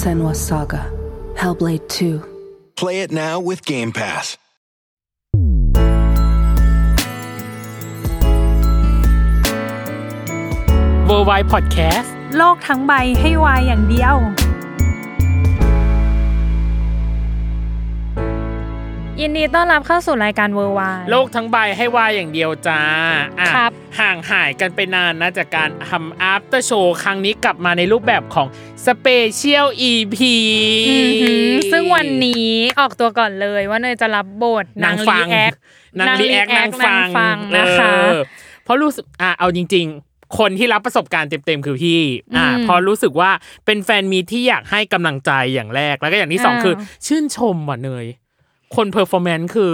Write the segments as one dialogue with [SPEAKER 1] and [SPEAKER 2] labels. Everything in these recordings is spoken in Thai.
[SPEAKER 1] Senwa Saga, Hellblade 2.
[SPEAKER 2] Play it now with Game Pass.
[SPEAKER 3] เวอร์ไวพอดแคสต์
[SPEAKER 4] โลกทั้งใบให้วายอย่างเดียว ยินดีต้อนรับเข้าสู่รายการเวอร์วาย
[SPEAKER 3] โลกทั้งใบให้วายอย่างเดียวจ้าอ่ะ
[SPEAKER 4] ครับ
[SPEAKER 3] ห่างหายกันไปนานนะจากการทำ after show ครั้งนี้กลับมาในรูปแบบของ Special EP
[SPEAKER 4] อือหือซึ่งวันนี้ออกตัวก่อนเลยว่าเนยจะรับบท
[SPEAKER 3] นางฟัง
[SPEAKER 4] รีแอค
[SPEAKER 3] นางรีแอคนา
[SPEAKER 4] าน
[SPEAKER 3] ง ง
[SPEAKER 4] รีแอคน
[SPEAKER 3] ฟัง
[SPEAKER 4] นางฟังนะคะ
[SPEAKER 3] เออเพราะรู้สึกอ่ะเอาจริง ๆ คนที่รับประสบการณ์เต็มๆคือพี่อ่ะเพอรู้สึกว่าเป็นแฟนมีตที่อยากให้กำลังใจอย่างแรก แล้วก็อย่างที่สองคือ ชื่นชมว่ะเนย คนเพอร์ฟอร์แมนซ์คือ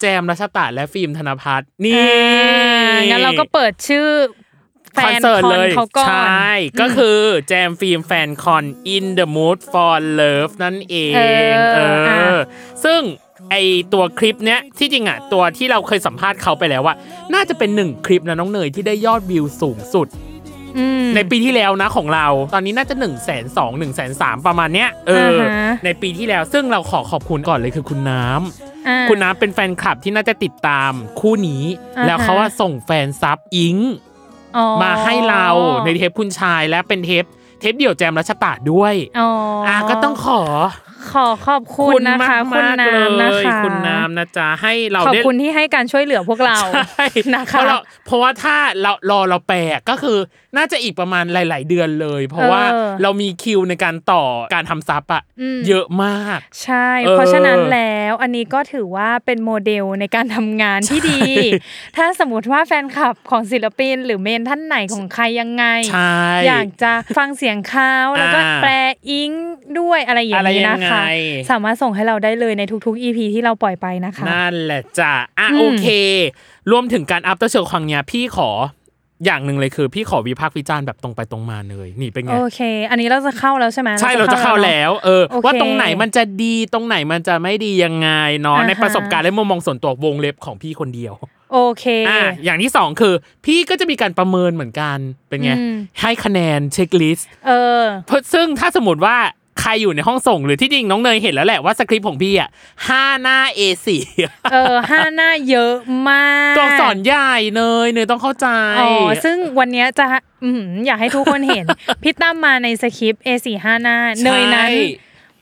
[SPEAKER 3] แจมรัชตะและฟิล์มธนพัฒน์นี่
[SPEAKER 4] อ่างั้นเราก็เปิดชื่อแฟ
[SPEAKER 3] คอน
[SPEAKER 4] น
[SPEAKER 3] เสิร์ต
[SPEAKER 4] คอ
[SPEAKER 3] เล
[SPEAKER 4] น
[SPEAKER 3] ย
[SPEAKER 4] เขาก่อน
[SPEAKER 3] ใช่ ก็คือแจมฟิล์มแฟนคอน In the Mood for Love นั่นเอง
[SPEAKER 4] เออ
[SPEAKER 3] เออ
[SPEAKER 4] อ่ะ
[SPEAKER 3] ซึ่งไอตัวคลิปเนี้ยที่จริงอ่ะ ตัวที่เราเคยสัมภาษณ์เขาไปแล้วว่า น่าจะเป็นหนึ่งคลิปนะน้องเนยที่ได้ยอดวิวสูงสุด
[SPEAKER 4] อืม
[SPEAKER 3] ในปีที่แล้วนะของเรา ตอนนี้น่าจะ1นึ่งแสนสองหนึ่งแสนสามประมาณเนี้ยเออ
[SPEAKER 4] อ่าฮะ
[SPEAKER 3] ในปีที่แล้วซึ่งเราขอขอบคุณก่อนเลยคือคุณน้ำ
[SPEAKER 4] อ่า
[SPEAKER 3] คุณน้ำเป็นแฟนคลับที่น่าจะติดตามคู่นี้
[SPEAKER 4] อ่าฮะ
[SPEAKER 3] แล้วเขาว่าส่งแฟนซับอิง
[SPEAKER 4] อ๋อ
[SPEAKER 3] มาให้เราในเทปคุณชายและเป็นเทปเทปเดี่ยวแจมรัชตาด้วย
[SPEAKER 4] อ๋ออ่
[SPEAKER 3] ะก็ต้องขอ
[SPEAKER 4] ขอขอบคุณนะคะ
[SPEAKER 3] มากๆ
[SPEAKER 4] คุณน้ำ
[SPEAKER 3] เล
[SPEAKER 4] นะ
[SPEAKER 3] ย
[SPEAKER 4] คะ
[SPEAKER 3] คุณน้ำนะจ๊ะให้เรา
[SPEAKER 4] ขอบ
[SPEAKER 3] ได้
[SPEAKER 4] คุณที่ให้การช่วยเหลือพวกเรา
[SPEAKER 3] ใช่
[SPEAKER 4] นะ
[SPEAKER 3] เพ
[SPEAKER 4] คะ
[SPEAKER 3] ราเราเพราะว่าถ้าเรารอเราแปลก็คือน่าจะอีกประมาณหลาย ๆ เดือนเลย เพราะว่าเรามีคิวในการต่อการทำซับอะ
[SPEAKER 4] ม
[SPEAKER 3] เยอะมาก
[SPEAKER 4] ใช่
[SPEAKER 3] เออ
[SPEAKER 4] เพราะฉะนั้นแล้วอันนี้ก็ถือว่าเป็นโมเดลในการทำงานที่ดี ถ้าสมมติว่าแฟนคลับของศิลปิน หรือเมนท่านไหนของใครยังไง
[SPEAKER 3] ใช่
[SPEAKER 4] อยากจะฟังเสียงเขาแล้วก็
[SPEAKER 3] อ่า
[SPEAKER 4] แปลอิงด้วยอะไรอย่างนี้นะคะ
[SPEAKER 3] อะไรยังไง
[SPEAKER 4] สามารถส่งให้เราได้เลยในทุกๆ EP ที่เราปล่อยไปนะคะ
[SPEAKER 3] นั่นแหละจ้ะอ่ะ
[SPEAKER 4] อืม
[SPEAKER 3] โอเค รวมถึงการอัพเตอร์โชว์ครั้งเนี้ยพี่ขออย่างหนึ่งเลยคือพี่ขอวิพากษ์วิจารณ์แบบตรงไปตรงมาเลยนี่เป็นไง
[SPEAKER 4] โอเค อันนี้เราจะเข้าแล้วใช่ไหม
[SPEAKER 3] ใช่เราจะเข้า
[SPEAKER 4] แล้
[SPEAKER 3] แล้ว ว เออ
[SPEAKER 4] โอเค
[SPEAKER 3] ว่าตรงไหนมันจะดีตรงไหนมันจะไม่ดียังไงเนาะ
[SPEAKER 4] อ่าฮะ
[SPEAKER 3] ในประสบการณ์และมุมมองส่วนตัววงเล็บของพี่คนเดียว
[SPEAKER 4] โอเค
[SPEAKER 3] อ่ะอย่างที่สองคือ พี่ก็จะมีการประเมินเหมือนกันเป็นไง
[SPEAKER 4] อืม
[SPEAKER 3] ให้คะแนนเช็คลิสต์
[SPEAKER 4] เออ
[SPEAKER 3] เพราะซึ่งถ้าสมมติว่าใครอยู่ในห้องส่งหรือที่จริงน้องเนยเห็นแล้วแหละว่าสคริปต์ของพี่อ่ะห้าหน้า A4
[SPEAKER 4] เออห้าหน้าเยอะมาก
[SPEAKER 3] ตัวสอนใหญ่เนยเนยต้องเข้าใจ
[SPEAKER 4] อ๋อ ซึ่งวันเนี้ยจะอืมอยากให้ทุกคน เห็น พี่ตั้มมาในสคริปต์ A4 ห้าหน้า
[SPEAKER 3] ใช่
[SPEAKER 4] เนยนั้น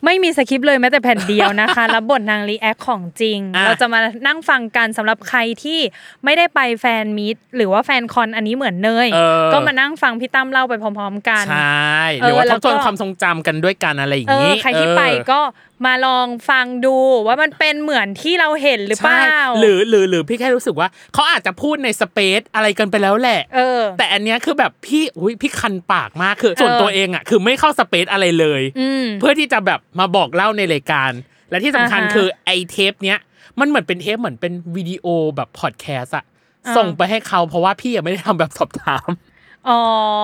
[SPEAKER 4] ไม่มีสคริปต์เลยแม้แต่แผ่นเดียวนะคะ รับบทนางรีแอคของจริง
[SPEAKER 3] อ่ะ
[SPEAKER 4] เราจะมานั่งฟังกันสำหรับใครที่ไม่ได้ไปแฟนมิตหรือว่าแฟนคอนอันนี้เหมือนเนย
[SPEAKER 3] เออ
[SPEAKER 4] ก็มานั่งฟังพี่ตั้มเล่าไปพร้อม ๆ กัน
[SPEAKER 3] ใช่ห
[SPEAKER 4] เออ
[SPEAKER 3] รือว่าท
[SPEAKER 4] แล้
[SPEAKER 3] บ
[SPEAKER 4] ว
[SPEAKER 3] ท
[SPEAKER 4] ก็
[SPEAKER 3] วนความทรงจำกันด้วยกันอะไรอย่า
[SPEAKER 4] เองอ
[SPEAKER 3] นี้
[SPEAKER 4] ใครที่ไปก็มาลองฟังดูว่ามันเป็นเหมือนที่เราเห็นหรือเปล่า
[SPEAKER 3] ใช่หรือหรือหรือพี่แค่รู้สึกว่าเขาอาจจะพูดในสเปซอะไรกันไปแล้วแหละ
[SPEAKER 4] เออ
[SPEAKER 3] แต่อันเนี้ยคือแบบพี่อุ้ยพี่คันปากมากคือส่วน
[SPEAKER 4] เออ
[SPEAKER 3] ตัวเองอ่ะคือไม่เข้าสเปซอะไรเลย
[SPEAKER 4] อืม
[SPEAKER 3] เพื่อที่จะแบบมาบอกเล่าในรายการ และที่สำคัญ
[SPEAKER 4] อ่าฮะ
[SPEAKER 3] คือไอเทปเนี้ยมันเหมือนเป็นเทปเหมือนเป็นวิดีโอแบบพอดแคสต์อะ
[SPEAKER 4] อ่า
[SPEAKER 3] ส่งไปให้เขาเพราะว่าพี่ยังไม่ได้ทำแบบสอบถาม
[SPEAKER 4] อ๋อ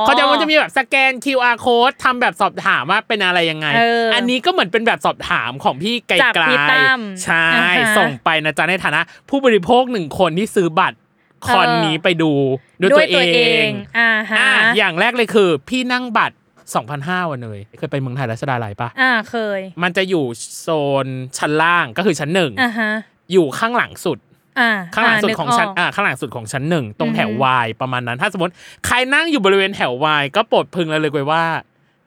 [SPEAKER 3] เขาจะมันจะมีแบบสแกน QR code ทำแบบสอบถามว่าเป็นอะไรยังไง
[SPEAKER 4] เอออั
[SPEAKER 3] นนี้ก็เหมือนเป็นแบบสอบถามของพี่ไกล
[SPEAKER 4] จาก
[SPEAKER 3] ๆ
[SPEAKER 4] พี่ตั้ม
[SPEAKER 3] ใช่
[SPEAKER 4] อ่าฮะ
[SPEAKER 3] ส่งไปนะจ๊ะในฐานะ ผู้บริโภคหนึ่งคนที่ซื้อบัตรคอน
[SPEAKER 4] เออ
[SPEAKER 3] นี้ไปดูด้วย
[SPEAKER 4] ด้
[SPEAKER 3] ตัว วย เอ
[SPEAKER 4] ตัวเองงอ่าฮะ
[SPEAKER 3] อ่ะอย่างแรกเลยคือ พี่นั่งบัตร2,005วันเลยเคยไปเมืองไทยรัชดาลัยปะ
[SPEAKER 4] อ่าเคย
[SPEAKER 3] มันจะอยู่โซนชั้นล่างก็คือชั้นหนึ่ง
[SPEAKER 4] อ่าฮะ
[SPEAKER 3] อยู่ข้างหลังสุด
[SPEAKER 4] อ่า
[SPEAKER 3] ข้างหลังสุดของชั้น
[SPEAKER 4] อ่า
[SPEAKER 3] อ่าข้างหลังสุดของชั้นหนึ่งตรงแถว
[SPEAKER 4] อือฮึ
[SPEAKER 3] วายประมาณนั้น ถ้าสมมติใครนั่งอยู่บริเวณแถววายก็โปรดพึงระลึกไว้ว่า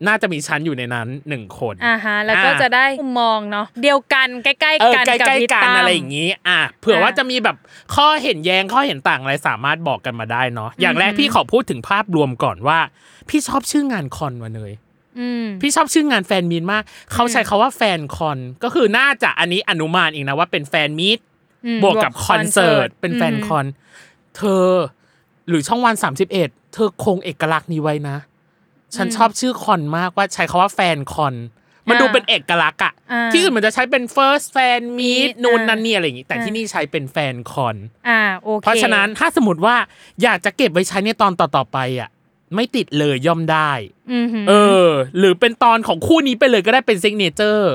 [SPEAKER 3] น่าจะมีชั้นอยู่ในนั้นหนึ่งคน
[SPEAKER 4] อ่าฮะ แล้วก็
[SPEAKER 3] อ่
[SPEAKER 4] จะได้มุมมองเนาะเดียวกันใกล้
[SPEAKER 3] เออ
[SPEAKER 4] ๆกัน
[SPEAKER 3] ใกล้
[SPEAKER 4] กับ
[SPEAKER 3] ใกล้
[SPEAKER 4] พี่
[SPEAKER 3] กัน
[SPEAKER 4] ตั้ม
[SPEAKER 3] อะไรอย่างนี้ อ่ะเผื่อว่าจะมีแบบข้อเห็นแย้งข้อเห็นต่างอะไรสามารถบอกกันมาได้เนาะอย่างแรก
[SPEAKER 4] อือฮึ
[SPEAKER 3] พี่ขอพูดถึงภาพรวมก่อนว่า พี่ชอบชื่องานคอนวะเนย
[SPEAKER 4] อืม
[SPEAKER 3] พี่ชอบชื่องานแฟนมีตมาก เขาใช้คาว่าแฟนคอน ก็คือน่าจะอันนี้อนุมานอีกนะว่าเป็นแฟนมีต
[SPEAKER 4] อืม
[SPEAKER 3] บวกกับคอนเสิ
[SPEAKER 4] บวกคอนเสิร์
[SPEAKER 3] ร์
[SPEAKER 4] ต
[SPEAKER 3] ต เป็นแฟนคอน เธอ หรือช่องวัน 31 เธอคงเอกลักษณ์นี้ไว้นะ ฉัน
[SPEAKER 4] อืม
[SPEAKER 3] ชอบชื่อคอนมากว่าใช้คาว่าแฟนคอน มัน
[SPEAKER 4] อ่า
[SPEAKER 3] ดูเป็นเอกลักษณ์อะ
[SPEAKER 4] อ่า
[SPEAKER 3] ที่อื่นมันจะใช้เป็น first fan meet
[SPEAKER 4] มี
[SPEAKER 3] นู่น
[SPEAKER 4] อ่านั่
[SPEAKER 3] นั่นนี่อะไรอย่างงี้แต่
[SPEAKER 4] อ่า
[SPEAKER 3] ที่นี่ใช้เป็นแฟนคอน
[SPEAKER 4] อ่าโอเค
[SPEAKER 3] เพราะฉะนั้นถ้าสมมติว่าอยากจะเก็บไว้ใช้ในตอนต่อๆไปอ่ะ ไม่ติดเลยย่อมได้
[SPEAKER 4] อืม
[SPEAKER 3] เออ หรือเป็นตอนของคู่นี้ไปเลยก็ได้เป็นซิกเนเจอร์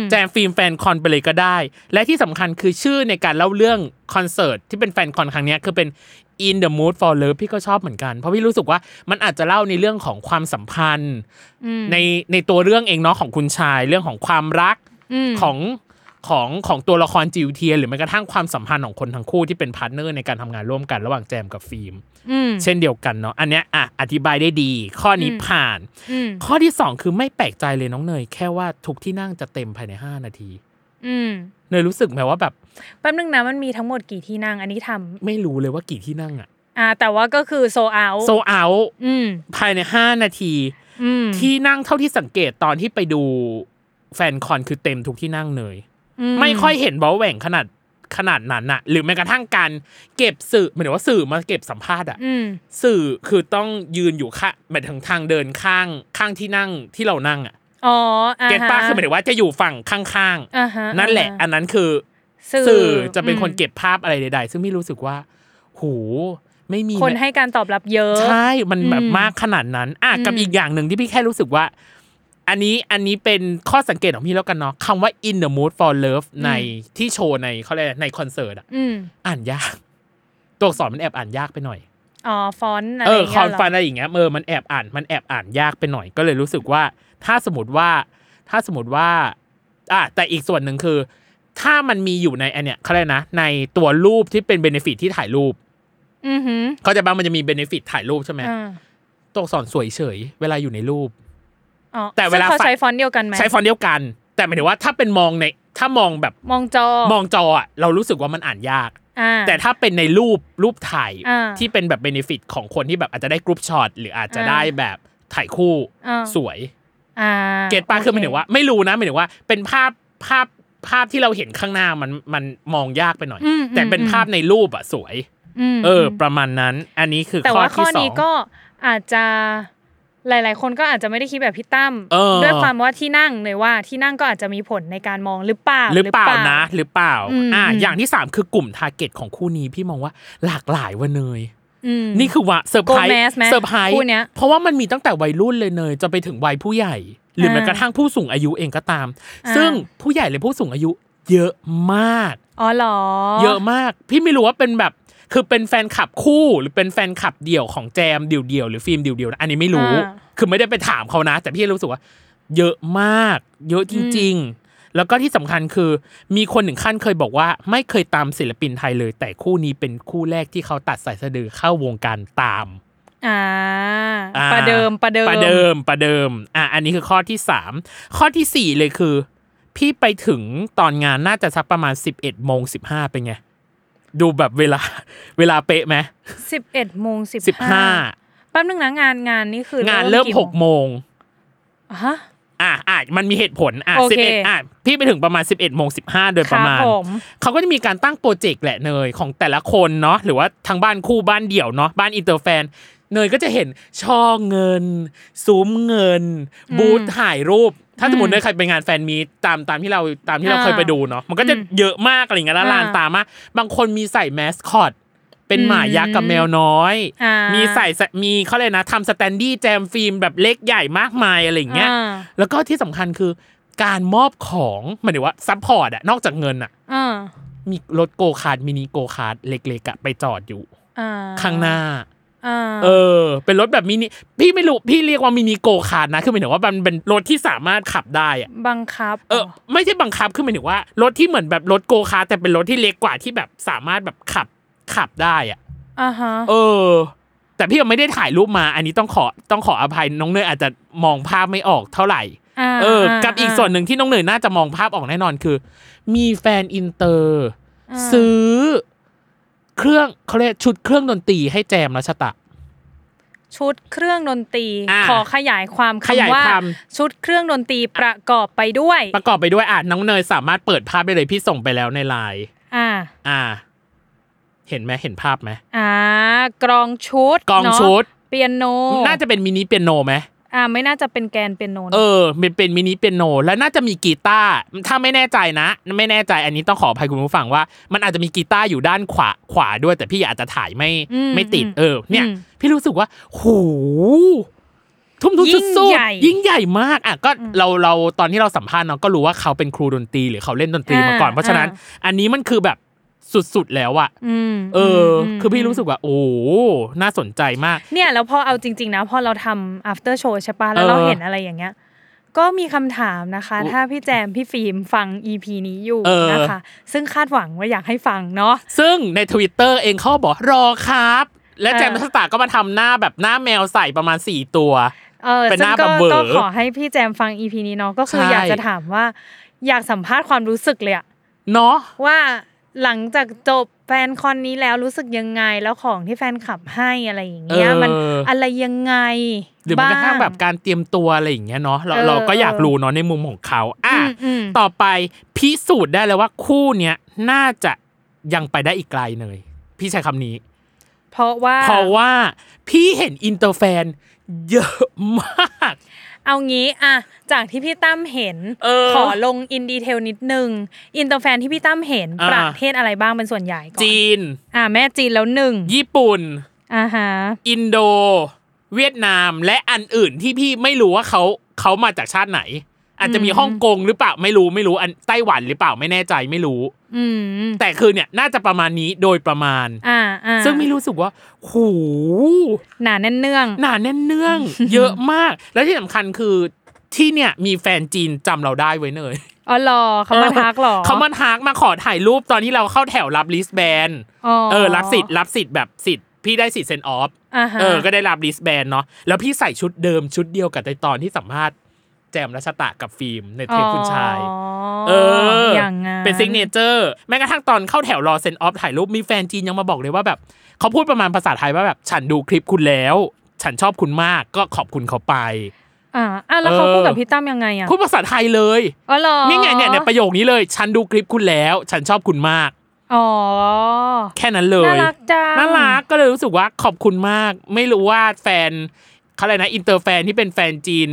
[SPEAKER 4] ม
[SPEAKER 3] แจมฟิล์มแฟนคอนไปเลยก็ได้ และที่สำคัญคือชื่อในการเล่าเรื่องคอนเสิร์ตที่เป็นแฟนคอนครั้งเนี้ยคือเป็น In the Mood for Love พี่ก็ชอบเหมือนกัน เพราะพี่รู้สึกว่ามันอาจจะเล่าในเรื่องของความสัมพันธ์ ในในตัวเรื่องเองเนาะของคุณชายเรื่องของความรัก
[SPEAKER 4] ม
[SPEAKER 3] ของของของตัวละครจิวเทียนหรือแม้กระทั่งความสัมพันธ์ของคนทั้งคู่ที่เป็นพาร์ทเนอร์ในการทำงานร่วมกันระหว่างแจมกับฟิล์ม
[SPEAKER 4] อืม
[SPEAKER 3] เช่นเดียวกันเนาะอันเนี้ยอ่ะอธิบายได้ดี ข้อนี้
[SPEAKER 4] อืม
[SPEAKER 3] ผ่าน
[SPEAKER 4] อืม
[SPEAKER 3] ข้อที่ 2 คือไม่แปลกใจเลยน้องเนย แค่ว่าทุกที่นั่งจะเต็มภายใน 5 นาที
[SPEAKER 4] อืม
[SPEAKER 3] เนยรู้สึกไหมว่าแบบ
[SPEAKER 4] แป๊บนึงนะมันมีทั้งหมดกี่ที่นั่งอันนี้ทำ
[SPEAKER 3] ไม่รู้เลยว่ากี่ที่นั่งอะ
[SPEAKER 4] อ่า แต่ว่าก็คือโซเอา
[SPEAKER 3] โซเอา
[SPEAKER 4] อืม
[SPEAKER 3] ภายใน 5 นาที
[SPEAKER 4] อืม
[SPEAKER 3] ที่นั่งเท่าที่สังเกตตอนที่ไปดูแฟนคอนคือเต็มทุกที่นั่งเนย
[SPEAKER 4] อื
[SPEAKER 3] ไม่ค่อยเห็นเบาแหว่งขนาดขนาดนั้นน่ะ หรือแม้กระทั่งการเก็บสื่อหมายถึงว่าสื่อมาเก็บสัมภาษณ์อ่ะ
[SPEAKER 4] อืม
[SPEAKER 3] สื่อคือต้องยืนอยู่ข้างหมายถึงทางเดินข้างข้างที่นั่งที่เรานั่งอ่ะ
[SPEAKER 4] อ๋ออ่า
[SPEAKER 3] เก็ต
[SPEAKER 4] ฮะ
[SPEAKER 3] ป้าคือหมายถึงว่าจะอยู่ฝั่งข้าง
[SPEAKER 4] อ่าฮะ
[SPEAKER 3] ๆ นั่นแหละ
[SPEAKER 4] อ่า
[SPEAKER 3] อันนั้นคือ
[SPEAKER 4] ฮ
[SPEAKER 3] สื่อจะเป็นคน
[SPEAKER 4] อืม
[SPEAKER 3] เก็บภาพอะไรใด ๆ ซึ่งพี่รู้สึกว่าโหไม่มี
[SPEAKER 4] คนให้การตอบรับเยอะ
[SPEAKER 3] ใช่มันแบบ
[SPEAKER 4] อืม
[SPEAKER 3] มากขนาดนั้นอ่ะกับ
[SPEAKER 4] อืม
[SPEAKER 3] อีกอย่างหนึ่งที่พี่แค่รู้สึกว่า อันนี้อันนี้เป็นข้อสังเกตของพี่แล้วกันเนาะคำว่า in the mood for love ในที่โชว์ในเขาเรียกอะไรในคอนเสิร์ตอะ
[SPEAKER 4] อืม
[SPEAKER 3] อ่านยาก ตัวอักษรมันแอบอ่านยากไปหน่อย
[SPEAKER 4] อ๋อฟอนต์อะไร
[SPEAKER 3] เออ
[SPEAKER 4] อย่าง
[SPEAKER 3] คอ
[SPEAKER 4] เงี้
[SPEAKER 3] ย น
[SPEAKER 4] เหรอ
[SPEAKER 3] ฟันอะไรอย่างเงี้ยเออมันแอบอ่านมันแอบอ่านยากไปหน่อยก็เลยรู้สึกว่า ถ้าสมมติว่าถ้าสมมติว่าอ่ะแต่อีกส่วนหนึ่งคือ ถ้ามันมีอยู่ในอันเนี้ยเขาเรียกนะ ในตัวรูปที่เป็นเบนฟิตที่ถ่ายรูป
[SPEAKER 4] อือหือ
[SPEAKER 3] เขาใจะบ้างมันจะมีเบนฟิตถ่ายรูปใช่ไหม
[SPEAKER 4] อ่า
[SPEAKER 3] ตัวอักษรสวยเฉย เวลาอยู่ในรูป
[SPEAKER 4] อ๋อ
[SPEAKER 3] แต่เวลา
[SPEAKER 4] ซึ่งเขาใช้ฟอนต์เดียวกันไหม
[SPEAKER 3] ใช้ฟอนต์เดียวกัน แต่หมายถึงว่าถ้าเป็นมองในถ้ามองแบบ
[SPEAKER 4] มองจอ
[SPEAKER 3] มองจออะเรารู้สึกว่ามันอ่านยาก
[SPEAKER 4] อ่า
[SPEAKER 3] แต่ถ้าเป็นในรูปรูปถ่าย
[SPEAKER 4] อ่า
[SPEAKER 3] ที่เป็นแบบเบนฟิตของคนที่แบบอาจจะได้กรุ๊ปช็อตหรืออาจจะ
[SPEAKER 4] อ่า
[SPEAKER 3] ได้แบบถ่ายคู่
[SPEAKER 4] อ่า
[SPEAKER 3] สวย
[SPEAKER 4] อ่า
[SPEAKER 3] เกตป้า
[SPEAKER 4] โ
[SPEAKER 3] คือหมายถึงว่า ไม่รู้นะหมายถึงว่าเป็นภาพภาพภาพที่เราเห็นข้างหน้ามันมันมองยากไปหน่อย
[SPEAKER 4] อืมอืม
[SPEAKER 3] แต่เป็น
[SPEAKER 4] อืม
[SPEAKER 3] ภาพในรูปอะสวย
[SPEAKER 4] ม
[SPEAKER 3] เออ ประมาณนั้น อันนี้คือ
[SPEAKER 4] แต่
[SPEAKER 3] ข้อ
[SPEAKER 4] ว่าข้
[SPEAKER 3] ที่
[SPEAKER 4] อ
[SPEAKER 3] สอ
[SPEAKER 4] นี้
[SPEAKER 3] ง
[SPEAKER 4] ก็อาจจะหลาย ๆ คนก็อาจจะไม่ได้คิดแบบพี่ตั้ม
[SPEAKER 3] เออ
[SPEAKER 4] ด้วยความว่าที่นั่งเลยว่าที่นั่งก็อาจจะมีผลในการมองหรือเปล่า
[SPEAKER 3] หรือเปล่านะ หรือเปล่า
[SPEAKER 4] อืม
[SPEAKER 3] อ่า
[SPEAKER 4] อืม
[SPEAKER 3] อย่างที่สามคือกลุ่มทาร์เก็ตของคู่นี้พี่มองว่าหลากหลายว่าเนย
[SPEAKER 4] อืม
[SPEAKER 3] นี่คือว่าเซอร์ไพรส์
[SPEAKER 4] Gomez ไหม
[SPEAKER 3] เซอร์ไพรส์
[SPEAKER 4] คู่เนี้ย
[SPEAKER 3] เพราะว่ามันมีตั้งแต่วัยรุ่นเลยเนยจะไปถึงวัยผู้ใหญ่ หรือแม้กระทั่งผู้สูงอายุเองก็ตาม
[SPEAKER 4] อ่า
[SPEAKER 3] ซึ่งผู้ใหญ่หรือผู้สูงอายุ เยอะมาก
[SPEAKER 4] อ๋อเหรอ
[SPEAKER 3] เยอะมาก พี่ไม่รู้ว่าเป็นแบบ คือเป็นแฟนคลับคู่หรือเป็นแฟนคลับเดี่ยวของแจมเดี่ยวเดี่ยวๆหรือฟิล์มเดี่ยวเดี่ยวๆนะอันนี้ไม่รู้
[SPEAKER 4] อ่า
[SPEAKER 3] คือไม่ได้ไปถามเขานะ แต่พี่รู้สึกว่า เยอะมาก เยอะจริง ๆ แล้วก็ที่สำคัญคือ มีคนถึงขั้นเคยบอกว่า ไม่เคยตามศิลปินไทยเลย แต่คู่นี้เป็นคู่แรกที่เขาตัดสายสะดือเข้าวงการตาม
[SPEAKER 4] ่า
[SPEAKER 3] อ่า
[SPEAKER 4] ประเดิมประเดิม
[SPEAKER 3] ประเดิมประเดิมอ่ะอันนี้คือข้อที่สามข้อที่สี่เลยคือ พี่ไปถึงตอนงานน่าจะสักประมาณสิบเอ็ดโมงสิบห้าเป็นไง ดูแบบเวลา เวลาเป๊ะไหม
[SPEAKER 4] สิบเอ็ดโมงสิ
[SPEAKER 3] สิบห้า
[SPEAKER 4] แป๊บนึงนะงานงานนี่คือ
[SPEAKER 3] าง
[SPEAKER 4] งาน
[SPEAKER 3] เริ่มหกโมง
[SPEAKER 4] ฮะ
[SPEAKER 3] อ่ะอ่ะมันมีเหตุผลอ่ะ
[SPEAKER 4] โอ
[SPEAKER 3] สิบ
[SPEAKER 4] เค
[SPEAKER 3] เอ็ดอ่ะพี่ไปถึงประมาณสิบเอ็ดโมงสิบห้าโดยประมาณ
[SPEAKER 4] ครับผม
[SPEAKER 3] เขาก็จะมีการตั้งโปรเจกต์แหละเนยของแต่ละคนเนาะหรือว่าทางบ้านคู่บ้านเดี่ยวเนาะบ้านอินเตอร์แฟน เนยก็จะเห็นช่อเงินซุ้มเงิน บูธถ่ายรูป ถ้าสมมติเนยใครไปงานแฟนมีตตามตามที่เราตามที่เรา
[SPEAKER 4] อ่า
[SPEAKER 3] เคยไปดูเนาะมันก็จะเยอะมากอะไรอย่างเงี้ยแล้ว
[SPEAKER 4] อ่า
[SPEAKER 3] ลานตามากบางคนมีใส่แมสคอต เป็นหมา
[SPEAKER 4] อืม
[SPEAKER 3] ยักษ์กับแมวน้อย
[SPEAKER 4] อ่ามี
[SPEAKER 3] มีใส่สมีเขาเลยกนะทำสแตนดี้แจมฟิล์มแบบเล็กใหญ่มากมายอะไรอย่างเงี้ย
[SPEAKER 4] อ่า
[SPEAKER 3] แล้วก็ที่สำคัญคือการมอบของหมายถึงว่าซัพพอร์ตอะนอกจากเงินอะ
[SPEAKER 4] อ่า
[SPEAKER 3] มีรถโกคาร์ดมินิโกคาร์ดเล็กๆอะไปจอดอยู่
[SPEAKER 4] อ่า
[SPEAKER 3] ข้างหน้า
[SPEAKER 4] อ่า
[SPEAKER 3] เออ เป็นรถแบบมินิพี่ไม่รู้พี่เรียกว่ามินิโกคาร์ดนะคือหมายถึงว่ามันเป็นรถที่สามารถขับได้อะ
[SPEAKER 4] บังคับ
[SPEAKER 3] เออ ไม่ใช่บังคับคือหมายถึงว่ารถที่เหมือนแบบรถโกคาร์ดแต่เป็นรถที่เล็กกว่าที่แบบสามารถแบบขับขับได้อะ
[SPEAKER 4] อ่าฮะ
[SPEAKER 3] เออ แต่พี่ยังไม่ได้ถ่ายรูปมา อันนี้ต้องขอต้องขออภัยน้องเนยอาจจะมองภาพไม่ออกเท่าไหร่
[SPEAKER 4] า
[SPEAKER 3] เออ
[SPEAKER 4] า
[SPEAKER 3] กับอีกส่วนหนึ่งที่น้องเนยน่าจะมองภาพออกแน่นอนคือ มีแฟนอินเตอร์
[SPEAKER 4] า
[SPEAKER 3] ซื้อ เครื่องเขาเรียกชุดเครื่องดนตรีให้แจมรัชตะ
[SPEAKER 4] ชุดเครื่องดนตรี
[SPEAKER 3] อ่า
[SPEAKER 4] ขอขยายความ
[SPEAKER 3] ขยาย
[SPEAKER 4] คำว่า
[SPEAKER 3] ความ
[SPEAKER 4] ชุดเครื่องดนตรีประกอบไปด้วย
[SPEAKER 3] ประกอบไปด้วยอ่ะน้องเนยสามารถเปิดภาพได้เลยพี่ส่งไปแล้วในไลน์
[SPEAKER 4] อ่า
[SPEAKER 3] อ่า เห็นไหมเห็นภาพไหม
[SPEAKER 4] อ่ากรองชุด
[SPEAKER 3] กรอง
[SPEAKER 4] เนะ
[SPEAKER 3] ชุด
[SPEAKER 4] เปียโน
[SPEAKER 3] น่าจะเป็นมินิเปียโนไหม
[SPEAKER 4] อ่าไม่น่าจะเป็นแกนเป็นโนน
[SPEAKER 3] เออมันเป็นมินิเปียโน และน่าจะมีกีตาร์ถ้าไม่แน่ใจนะ ไม่แน่ใจอันนี้ต้องขออภัยคุณผู้ฟังว่า มันอาจจะมีกีตาร์อยู่ด้านขวาขวาด้วย แต่พี่อาจจะถ่ายไม่
[SPEAKER 4] อืม
[SPEAKER 3] ไม่ติด
[SPEAKER 4] อืม
[SPEAKER 3] เออ เนี่ย
[SPEAKER 4] อืม
[SPEAKER 3] พี่รู้สึกว่าหูทุ่มทุน
[SPEAKER 4] ยิ่ง
[SPEAKER 3] สุด
[SPEAKER 4] ใหญ่
[SPEAKER 3] ๆยิ่งใหญ่มากอ่ะก็เราเราตอนที่เราสัมภาษณ์เนาะก็รู้ว่าเขาเป็นครูดนตรีหรือเขาเล่นดนตรีมาก่อน
[SPEAKER 4] อ่า
[SPEAKER 3] เพราะฉะนั้น
[SPEAKER 4] อ่
[SPEAKER 3] อันนี้มันคือแบบสุดๆแล้วอะ
[SPEAKER 4] ม
[SPEAKER 3] เอออ
[SPEAKER 4] ม
[SPEAKER 3] คือพี่รู้สึกว่า โอ้น่าสนใจมาก
[SPEAKER 4] เนี่ยแล้วพอเอาจริง ๆ นะพอเราทำ after show ใช่ปะแล้วเรา
[SPEAKER 3] เออ
[SPEAKER 4] เห็นอะไรอย่างเงี้ย ก็มีคำถามนะคะ
[SPEAKER 3] อุ๊
[SPEAKER 4] ถ้าพี่แจมพี่ฟิล์มฟัง EP นี้อยู่
[SPEAKER 3] เออ
[SPEAKER 4] นะคะ ซึ่งคาดหวังว่าอยากให้ฟังเนาะ
[SPEAKER 3] ซึ่งใน Twitter เองเขาบอกรอครับ และแจม
[SPEAKER 4] เออ
[SPEAKER 3] ทัสตาก็มาทำหน้าแบบหน้าแมวใส่ประมาณ 4 ตัว
[SPEAKER 4] เออ
[SPEAKER 3] เป็นห
[SPEAKER 4] ซึ่ง
[SPEAKER 3] น้า
[SPEAKER 4] ก็
[SPEAKER 3] แบบเวอร์
[SPEAKER 4] ก็ขอให้พี่แจมฟัง EP นี้เนาะก็คือ
[SPEAKER 3] ใช่
[SPEAKER 4] อยากจะถามว่า อยากสัมภาษณ์ความรู้สึกเลยอะ
[SPEAKER 3] เนาะ
[SPEAKER 4] ว่าหลังจากจบแฟนคอนนี้แล้วรู้สึกยังไงแล้วของที่แฟนคลับให้อะไรอย่างเงี้ย
[SPEAKER 3] เออ
[SPEAKER 4] มันอะไรยังไง
[SPEAKER 3] หรือแม้กระทั่ง
[SPEAKER 4] าง
[SPEAKER 3] แบบการเตรียมตัวอะไรอย่างเงี้ยเนาะเรา
[SPEAKER 4] เออ
[SPEAKER 3] เราก็อยาก
[SPEAKER 4] เออ
[SPEAKER 3] รู้เนาะในมุมของเขาอ่ะ
[SPEAKER 4] อืมอืม
[SPEAKER 3] ต่อไปพิสูจน์ได้เลยว่าคู่เนี้ยน่าจะยังไปได้อีกไกลเลย พี่ใช้คำนี้
[SPEAKER 4] เพราะว่า
[SPEAKER 3] เพราะว่าพี่เห็นอินเตอร์แฟนเยอะมาก
[SPEAKER 4] เอางี้อะจากที่พี่ตั้มเห็น
[SPEAKER 3] เออ
[SPEAKER 4] ขอลงอินดีเทลนิดนึงอินเตอร์แฟนที่พี่ตั้มเห็น
[SPEAKER 3] อ่า
[SPEAKER 4] ประเทศอะไรบ้างเป็นส่วนใหญ่ก่อน
[SPEAKER 3] จีน
[SPEAKER 4] อ่าแม่จีนแล้วหนึ่ง
[SPEAKER 3] ญี่ปุ่น
[SPEAKER 4] อ่าฮะ
[SPEAKER 3] อินโด เวียดนามและอันอื่นที่พี่ไม่รู้ว่าเขาเขามาจากชาติไหน อาจจะมีฮ่องกงหรือเปล่าไม่รู้ไม่รู้อันไต้หวันหรือเปล่าไม่แน่ใจไม่รู้
[SPEAKER 4] อืม
[SPEAKER 3] แต่คือเนี่ยน่าจะประมาณนี้โดยประมาณ
[SPEAKER 4] อ่าอ่า
[SPEAKER 3] ซึ่งไม่รู้สึกว่าโหู
[SPEAKER 4] หนาแน่นเนื่อง
[SPEAKER 3] หนาแน่นเนื่อง เยอะมาก และที่สำคัญคือที่เนี่ยมีแฟนจีนจำเราได้ไว้เนย
[SPEAKER 4] อ๋อเหรอเขามาทักเหรอ
[SPEAKER 3] เขามาทักมาขอถ่ายรูปตอนที่เราเข้าแถวรับลิสแบน
[SPEAKER 4] อ๋อ
[SPEAKER 3] เออรับสิทธิ์รับสิทธิ์แบบสิทธิ์พี่ได้สิทธิ์เซนออฟ
[SPEAKER 4] อ่าฮะ
[SPEAKER 3] เออ ก็ได้รับริสแบนเนาะ แล้วพี่ใส่ชุดเดิมชุดเดียวกับในตอนที่สัมภาษณ์แจมรัชตะกับฟิล์มในเทปคุณชาย
[SPEAKER 4] อ๋อ
[SPEAKER 3] เอออย่าง
[SPEAKER 4] งั้น
[SPEAKER 3] เป็นซิกเนเจอร์ แม้กระทั่งตอนเข้าแถวรอเซ็นออฟถ่ายรูปมีแฟนจีนยังมาบอกเลยว่าแบบเขาพูดประมาณภาษาไทยว่าแบบ ฉันดูคลิปคุณแล้ว ฉันชอบคุณมากก็ขอบคุณเขาไป
[SPEAKER 4] อ่าอ่ะแล้วเขา
[SPEAKER 3] เออ
[SPEAKER 4] พูดกับพี่ตั้มยังไงอ่ะ
[SPEAKER 3] พูดภาษาไทยเลย
[SPEAKER 4] อ๋อเหรอ
[SPEAKER 3] นี่ไงเนี่ยเนี่ยประโยคนี้เลย ฉันดูคลิปคุณแล้ว ฉันชอบคุณมาก
[SPEAKER 4] อ๋อ
[SPEAKER 3] แค่นั้นเลย
[SPEAKER 4] น่ารักจัง
[SPEAKER 3] น่ารักก็เลยรู้สึกว่าขอบคุณมาก ไม่รู้ว่าแฟนเขาอะไรนะอินเตอร์แฟนที่เป็นแฟนจีน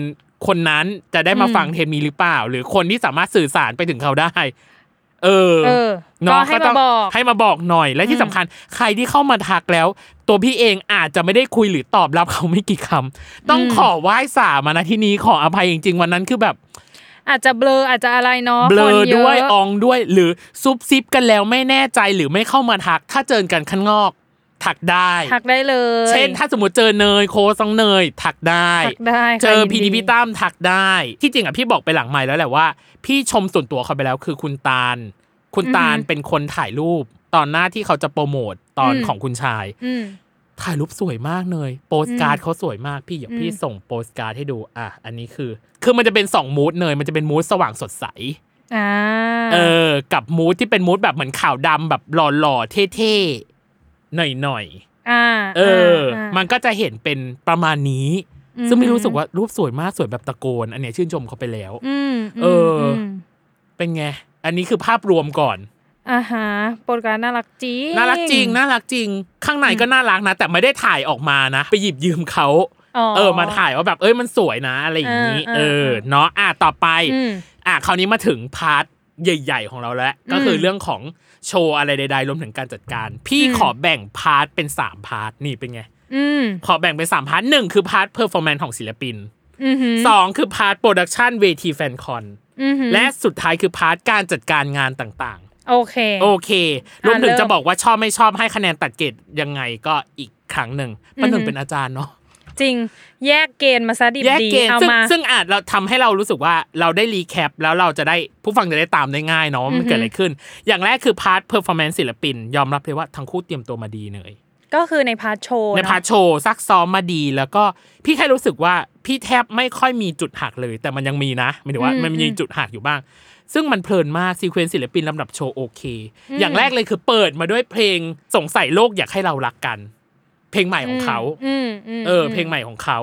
[SPEAKER 3] คนนั้นจะได้มาฟังเทปนี้หรือเปล่า หรือคนที่สามารถสื่อสารไปถึงเขาได้ เออ
[SPEAKER 4] เออก็
[SPEAKER 3] เนาะ
[SPEAKER 4] ให้
[SPEAKER 3] ต้
[SPEAKER 4] มา
[SPEAKER 3] อง
[SPEAKER 4] บอก
[SPEAKER 3] ให้มาบอกหน่อย และที่สำคัญใครที่เข้ามาทักแล้ว ตัวพี่เองอาจจะไม่ได้คุยหรือตอบรับเขาไม่กี่คำต้องขอไหว้สามานะที่นี้ขออภัยจริง ๆ วันนั้นคือแบบ
[SPEAKER 4] อาจจะเบลออาจจะอะไรเนาะ
[SPEAKER 3] เบล
[SPEAKER 4] คน
[SPEAKER 3] อ
[SPEAKER 4] เย
[SPEAKER 3] ด้วยอ
[SPEAKER 4] อะ
[SPEAKER 3] องด้วยหรือซุบซิบกันแล้วไม่แน่ใจหรือไม่เข้ามาทัก ถ้าเจอกันข้างนอก ทักได้
[SPEAKER 4] ทักได้เลย
[SPEAKER 3] เช่นถ้าสมมติเจอเนยโคซองเนย ทักได้
[SPEAKER 4] ทักได้ค่ะ
[SPEAKER 3] เจอพี
[SPEAKER 4] ยิน
[SPEAKER 3] ดีพี่ตั้มทักได้ ที่จริงอ่ะพี่บอกไปหลังใหม่แล้วแหละว่า พี่ชมส่วนตัวเขาไปแล้วคือคุณตาล คุณตาลเป็นคนถ่ายรูป ตอนหน้าที่เขาจะโปรโมทตอนของคุณชาย
[SPEAKER 4] อืม
[SPEAKER 3] ถ่ายรูปสวยมากเลย โปสการ์ดเขาสวยมากพี่เดี๋ยวพี่ส่งโปสการ์ดให้ดูอ่ะอันนี้คือ คือมันจะเป็นสองมูดเนยมันจะเป็นมูดสว่างสดใส
[SPEAKER 4] อ่า
[SPEAKER 3] เออ กับมูดที่เป็นมูดแบบเหมือนขาวดำแบบหล่อๆเท่ๆ หน่อย
[SPEAKER 4] อ่า
[SPEAKER 3] ๆ เออ
[SPEAKER 4] า
[SPEAKER 3] มันก็จะเห็นเป็นประมาณนี้ ซึ่งไม่รู้สึกว่ารูปสวยมากสวยแบบตะโกน อันเนี้ยชื่นชมเขาไปแล้ว
[SPEAKER 4] อืมม
[SPEAKER 3] เอออื
[SPEAKER 4] ม
[SPEAKER 3] เป็นไง อันนี้คือภาพรวมก่อน
[SPEAKER 4] อ่าฮะโปรดการดน่ารักจริง
[SPEAKER 3] น่ารักจริง น่ารักจริง ข้างในก็น่ารักนะ แต่ไม่ได้ถ่ายออกมานะ ไปหยิบยืมเขา เออ มาถ่ายว่าแบบ เอ้ย มันสวยนะ อะไรอย่างนี้
[SPEAKER 4] เอ
[SPEAKER 3] เอ
[SPEAKER 4] อเออ
[SPEAKER 3] อ เนาะ อ่ะ ต่อไป
[SPEAKER 4] อืม
[SPEAKER 3] อ่ะ คราวนี้มาถึงพาร์ทใหญ่ ๆ ของเราแล้ว ก็คืออ
[SPEAKER 4] ม
[SPEAKER 3] เรื่องของโชว์อะไรใดๆ รวมถึงการจัดการ พี่ขอแบ่งพาร์ทเป็น 3 พาร์ท นี่เป็นไง
[SPEAKER 4] อืม
[SPEAKER 3] ขอแบ่งเป็น 3 พาร์ทหนึ่งคือพาร์ทเพอร์ฟอร์แมนซ์ของศิลปิน
[SPEAKER 4] อืม
[SPEAKER 3] สองคือพาร์ทโปรดักชันเวทีแฟนคอน
[SPEAKER 4] อืม
[SPEAKER 3] และสุดท้ายคือพาร์ทการจัดการงานต่างๆ
[SPEAKER 4] โอเค
[SPEAKER 3] โอเครวมถึง
[SPEAKER 4] เริ่ม
[SPEAKER 3] จะบอกว่าชอบไม่ชอบให้คะแนนตัดเกรดยังไงก็อีกครั้งหนึ่งป้าหนึ่งเป็นอาจารย์เนาะ
[SPEAKER 4] จริงแยกเกณฑ์มาซะดี
[SPEAKER 3] แยก
[SPEAKER 4] ดี
[SPEAKER 3] เกรด
[SPEAKER 4] เอา
[SPEAKER 3] ซึ่ง
[SPEAKER 4] มา
[SPEAKER 3] ซึ่งอาจเราทำให้เรารู้สึกว่าเราได้รีแคปแล้วเราจะได้ผู้ฟังจะได้ตามได้ง่ายเนาะว่ามันเกิดอะไรขึ้น อย่างแรกคือพาร์ทเพอร์ฟอร์แมนซ์ศิลปิน ยอมรับเลยว่าทั้งคู่เตรียมตัวมาดีเลย
[SPEAKER 4] ก็คือในพาร์ทโชว์
[SPEAKER 3] ใน
[SPEAKER 4] เอะ
[SPEAKER 3] พาร์ทโชว์ซักซ้อมมาดีแล้วก็พี่แค่รู้สึกว่าพี่แทบไม่ค่อยมีจุดหักเลย แต่มันยังมีนะหมายถึงว่า
[SPEAKER 4] อืม
[SPEAKER 3] มันมี
[SPEAKER 4] อืม
[SPEAKER 3] จุดหักอยู่บ้าง ซึ่งมันเพลินมากซีเควนซ์ศิลปินลำดับโชว์โอเค อย่างแรกเลยคือเปิดมาด้วยเพลงสงสัยโลกอยากให้เรารักกัน เพลงใหม่ของเขา
[SPEAKER 4] อืมอืม
[SPEAKER 3] เออ เพลงใหม่ของเขา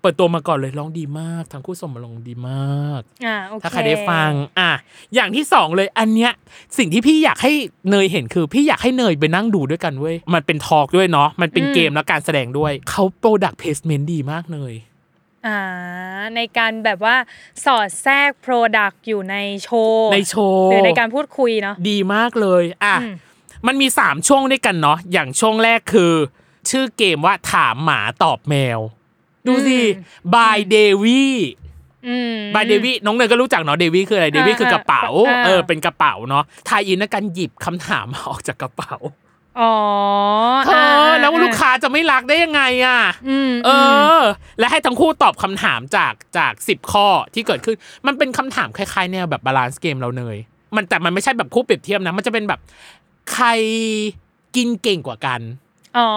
[SPEAKER 3] เปิดตัวมาก่อนเลยร้องดีมาก ทั้งคู่สมมาลงดีมาก
[SPEAKER 4] อ่าโอเค
[SPEAKER 3] ถ้าใครได้ฟัง อ่ะ อย่างที่สองเลยอันเนี้ยสิ่งที่พี่อยากให้เนยเห็นคือพี่อยากให้เนยไปนั่งดูด้วยกันเว้ย มันเป็นทอล์กด้วยเนาะมันเป็นเกมแล้วการแสดงด้วยเขาโปรดักเพสเมนต์ดีมากเนย
[SPEAKER 4] อ่าในการแบบว่าสอดแทรกโปรดักต์อยู่ในโชว์
[SPEAKER 3] ในโชว์
[SPEAKER 4] หรือในการพูดคุยเนาะ
[SPEAKER 3] ดีมากเลย อ่ะ
[SPEAKER 4] อืม
[SPEAKER 3] มันมี 3 ช่วงด้วยกันเนาะ อย่างช่วงแรกคือ ชื่อเกมว่าถามหมาตอบแมว ดูสิ by Davy
[SPEAKER 4] อืม
[SPEAKER 3] by Davy น้องเนยก็รู้จักเนาะ Davy คืออะไร Davy
[SPEAKER 4] อ่า
[SPEAKER 3] คือกระเป๋า
[SPEAKER 4] อ่า
[SPEAKER 3] เออ เป็นกระเป๋าเนาะ ทายอินด้วยกันหยิบคำถามมาออกจากกระเป๋า
[SPEAKER 4] อ๋อ
[SPEAKER 3] เอ
[SPEAKER 4] อ่า
[SPEAKER 3] อ
[SPEAKER 4] อ่า
[SPEAKER 3] แล้วลูกค้าจะไม่รักได้ยังไงอ่ะ
[SPEAKER 4] อืม
[SPEAKER 3] เออ และให้ทั้งคู่ตอบคำถามจากจากสิบข้อที่เกิดขึ้น มันเป็นคำถามคล้ายๆแนวแบบบาลานซ์เกมเราเนยมันแต่มันไม่ใช่แบบคู่เปรียบเทียบนะ มันจะเป็นแบบ ใครกินเก่งกว่ากัน
[SPEAKER 4] อ๋อ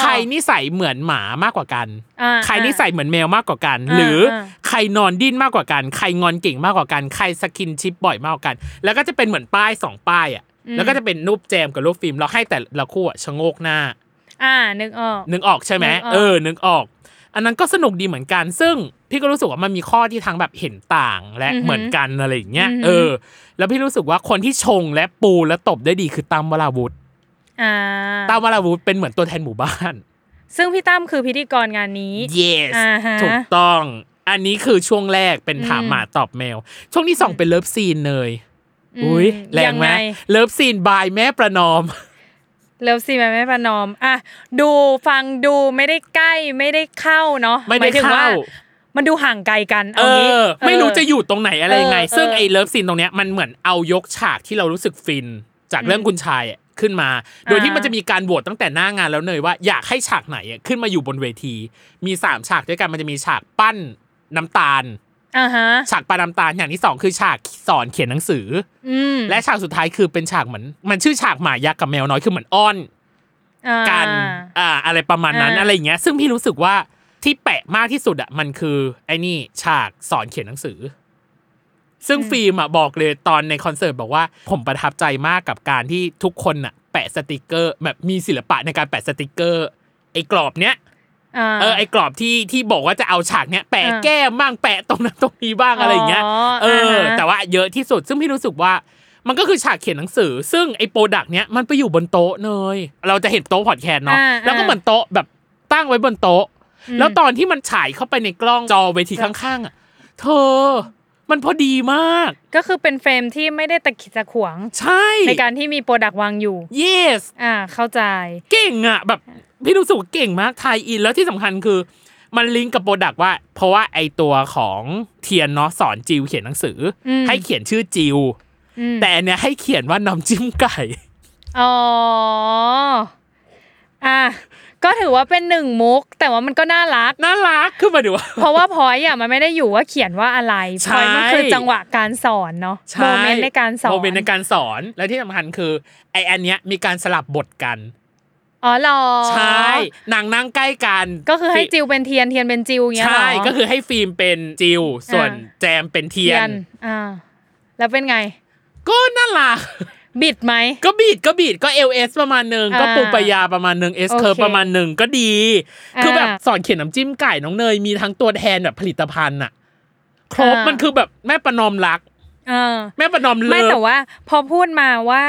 [SPEAKER 3] ใครนิสัยเหมือนหมามากกว่ากัน
[SPEAKER 4] อ่า
[SPEAKER 3] ใครนิสัยเหมือนแมวมากกว่ากัน
[SPEAKER 4] อ่า
[SPEAKER 3] หรืออา ใครนอนดิ้นมากกว่ากัน ใครงอนเก่งมากกว่ากัน ใครสกินชิปบ่อยมากกว่ากัน แล้วก็จะเป็นเหมือนป้ายสองป้ายอ่ะ แล้วก็จะเป็นรูปแจมกับรูปฟิล์มเราให้แต่ละคู่อะชะโงกหน้า
[SPEAKER 4] อ่านึกออก
[SPEAKER 3] นึกออกใช่ไหม
[SPEAKER 4] นึกออก
[SPEAKER 3] เออนึกออก อันนั้นก็สนุกดีเหมือนกัน ซึ่งพี่ก็รู้สึกว่ามันมีข้อที่ทั้งแบบเห็นต่างและเหมือนกันอะไรอย่างเงี้ยเออ แล้วพี่รู้สึกว่าคนที่ชงและปูและตบได้ดีคือตั้มวราวุธ
[SPEAKER 4] อ่า
[SPEAKER 3] ตั้มวราวุธเป็นเหมือนตัวแทนหมู่บ้าน
[SPEAKER 4] ซึ่งพี่ตั้มคือพิธีกรงานนี้
[SPEAKER 3] yes
[SPEAKER 4] อ่าฮะ
[SPEAKER 3] ถูกต้อง อันนี้คือช่วงแรกเป็นถามหมาตอบแมว ช่วงที่สองเป็นเลิฟซีนเนย
[SPEAKER 4] อืม
[SPEAKER 3] อุ้ยแรงไหม
[SPEAKER 4] ยังไง
[SPEAKER 3] เลิฟซีนบายแม่ประนอม
[SPEAKER 4] เลิฟซีแม่แม่ประนอมอ่ะดูฟังดูไม่ได้ใกล้ไม่ได้เข้าเนาะ
[SPEAKER 3] ไม่
[SPEAKER 4] ห
[SPEAKER 3] ได้
[SPEAKER 4] ยถึงว่
[SPEAKER 3] เข้า
[SPEAKER 4] มันดูห่างไกลกัน
[SPEAKER 3] เอ
[SPEAKER 4] เอางี้
[SPEAKER 3] อ ไม่รู้
[SPEAKER 4] เ
[SPEAKER 3] จะอยู่ตรงไหนอะไรยังไง
[SPEAKER 4] เออ
[SPEAKER 3] ซึ่ง
[SPEAKER 4] เออ
[SPEAKER 3] ไอ้เลิฟซีนตรงเนี้ยมันเหมือนเอายกฉากที่เรารู้สึกฟิน จากเรื่องคุณชายอะขึ้นมา โดยที่มันจะมีการโหวตตั้งแต่หน้างานแล้วเนยว่าอยากให้ฉากไหนอะขึ้นมาอยู่บนเวที มีสามฉากด้วยกันมันจะมีฉากปั้นน้ำตาล
[SPEAKER 4] อ่าฮะ
[SPEAKER 3] ฉากปั้นน้ำตาลอย่างที่สองคือฉากสอนเขียนหนังสืออ
[SPEAKER 4] ม
[SPEAKER 3] และฉากสุดท้ายคือเป็นฉากเหมือนมันชื่อฉากหมายักษ์กับแมวน้อยคือเหมือนอ้อน
[SPEAKER 4] อ่า
[SPEAKER 3] กันอ่าอะไรประมาณนั้น
[SPEAKER 4] อ่า
[SPEAKER 3] อะไรอย่างเงี้ย ซึ่งพี่รู้สึกว่าที่แปะมากที่สุดอ่ะมันคือไอ้นี่ฉากสอนเขียนหนังสือ ซึ่งฟิล์มอ่ะบอกเลยตอนในคอนเสิร์ตบอกว่า ผมประทับใจมากกับการที่ทุกคนอ่ะ แปะสติกเกอร์ แบบมีศิลปะในการแปะสติกเกอร์ ไอ้กรอบเนี้ย
[SPEAKER 4] อ่า
[SPEAKER 3] เออไอ้กรอบที่ที่บอกว่าจะเอาฉากเนี้ยแปะ
[SPEAKER 4] อ่า
[SPEAKER 3] แก้มบ้างแปะตรงนั้นตรงนี้บ้างอะไรอย่างเงี้ย
[SPEAKER 4] อ๋อ
[SPEAKER 3] เออ
[SPEAKER 4] อ่าฮะ
[SPEAKER 3] แต่ว่าเยอะที่สุด ซึ่งพี่รู้สึกว่า มันก็คือฉากเขียนหนังสือ ซึ่งไอ้โปรดักต์เนี้ยมันไปอยู่บนโต๊ะเนยเราจะเห็นโต๊ะพอดแคสต์เนาะ
[SPEAKER 4] อ่า
[SPEAKER 3] แล้วก็เหมือนโต๊ะแบบตั้งไว้บนโต๊ะ แล้วตอนที่มันฉายเข้าไปในกล้องจอเวที
[SPEAKER 4] ครับ
[SPEAKER 3] ข้างๆอ่ะเธอ มันพอดีมาก
[SPEAKER 4] ก็คือเป็นเฟรมที่ไม่ได้ตะขิดตะขวง
[SPEAKER 3] ใช่
[SPEAKER 4] ในการที่มีโปรดักต์วางอยู่
[SPEAKER 3] yes
[SPEAKER 4] อ่าเข้าใจ
[SPEAKER 3] เก่งอ่ะแบบพี่รู้สึกว่าเก่งมากไทยอิน แล้วที่สำคัญคือ มันลิงก์กับโปรดักต์ว่า เพราะว่าไอตัวของเทียนเนาะสอนจิวเขียนหนังสืออ
[SPEAKER 4] ม
[SPEAKER 3] ให้เขียนชื่อจิวแต่อันเนี้ยให้เขียนว่าน้ำจิ้มไก่
[SPEAKER 4] อ๋ออ่ะก็ถือว่าเป็นหนึ่งมุก แต่ว่ามันก็น่ารัก
[SPEAKER 3] น่ารักคือหมายถึงว่า
[SPEAKER 4] เพราะว่าพอยต์อ่ะมันไม่ได้อยู่ว่าเขียนว่าอะไร
[SPEAKER 3] ใช่
[SPEAKER 4] พอยต์มันคือจังหวะการสอนเนาะโม
[SPEAKER 3] ใช่
[SPEAKER 4] เมนต์ในการสอน
[SPEAKER 3] โมเมนต์ในการสอน และที่สำคัญคือไออันเนี้ยมีการสลับบทกัน
[SPEAKER 4] อ๋อเหรอ
[SPEAKER 3] ใช่นางนั่งใกล้กัน
[SPEAKER 4] ก็คือให้
[SPEAKER 3] ฟิ
[SPEAKER 4] จิวเป็นเทียนเทียนเป็นจิวอย่างเงี้ยเหรอ
[SPEAKER 3] ใช่ ก็คือให้ฟิล์มเป็นจิว ส่วน
[SPEAKER 4] อ่า
[SPEAKER 3] แจมเป็นเทียน
[SPEAKER 4] อ่าแล้วเป็นไง
[SPEAKER 3] ก็น่ารัก
[SPEAKER 4] บิดไหม
[SPEAKER 3] ก็บีดก็บีดก็ LS ประมาณหนึ่ง
[SPEAKER 4] อ่า
[SPEAKER 3] ก็ปูปายาประมาณหนึ่ง S
[SPEAKER 4] โอเค
[SPEAKER 3] เคอร์ประมาณหนึ่งก็ดี
[SPEAKER 4] อ่า
[SPEAKER 3] คือแบบสอนเขียนน้ำจิ้มไก่น้องเนยมีทั้งตัวแทนแบบผลิตภัณฑ์อะครบ
[SPEAKER 4] อ่ามั
[SPEAKER 3] มันคือแบบแม่ประนอมรัก
[SPEAKER 4] เออ
[SPEAKER 3] แม่ประนอมเลิ
[SPEAKER 4] ไม่แต่
[SPEAKER 3] ฟ
[SPEAKER 4] ว่าพอพูดมาว่า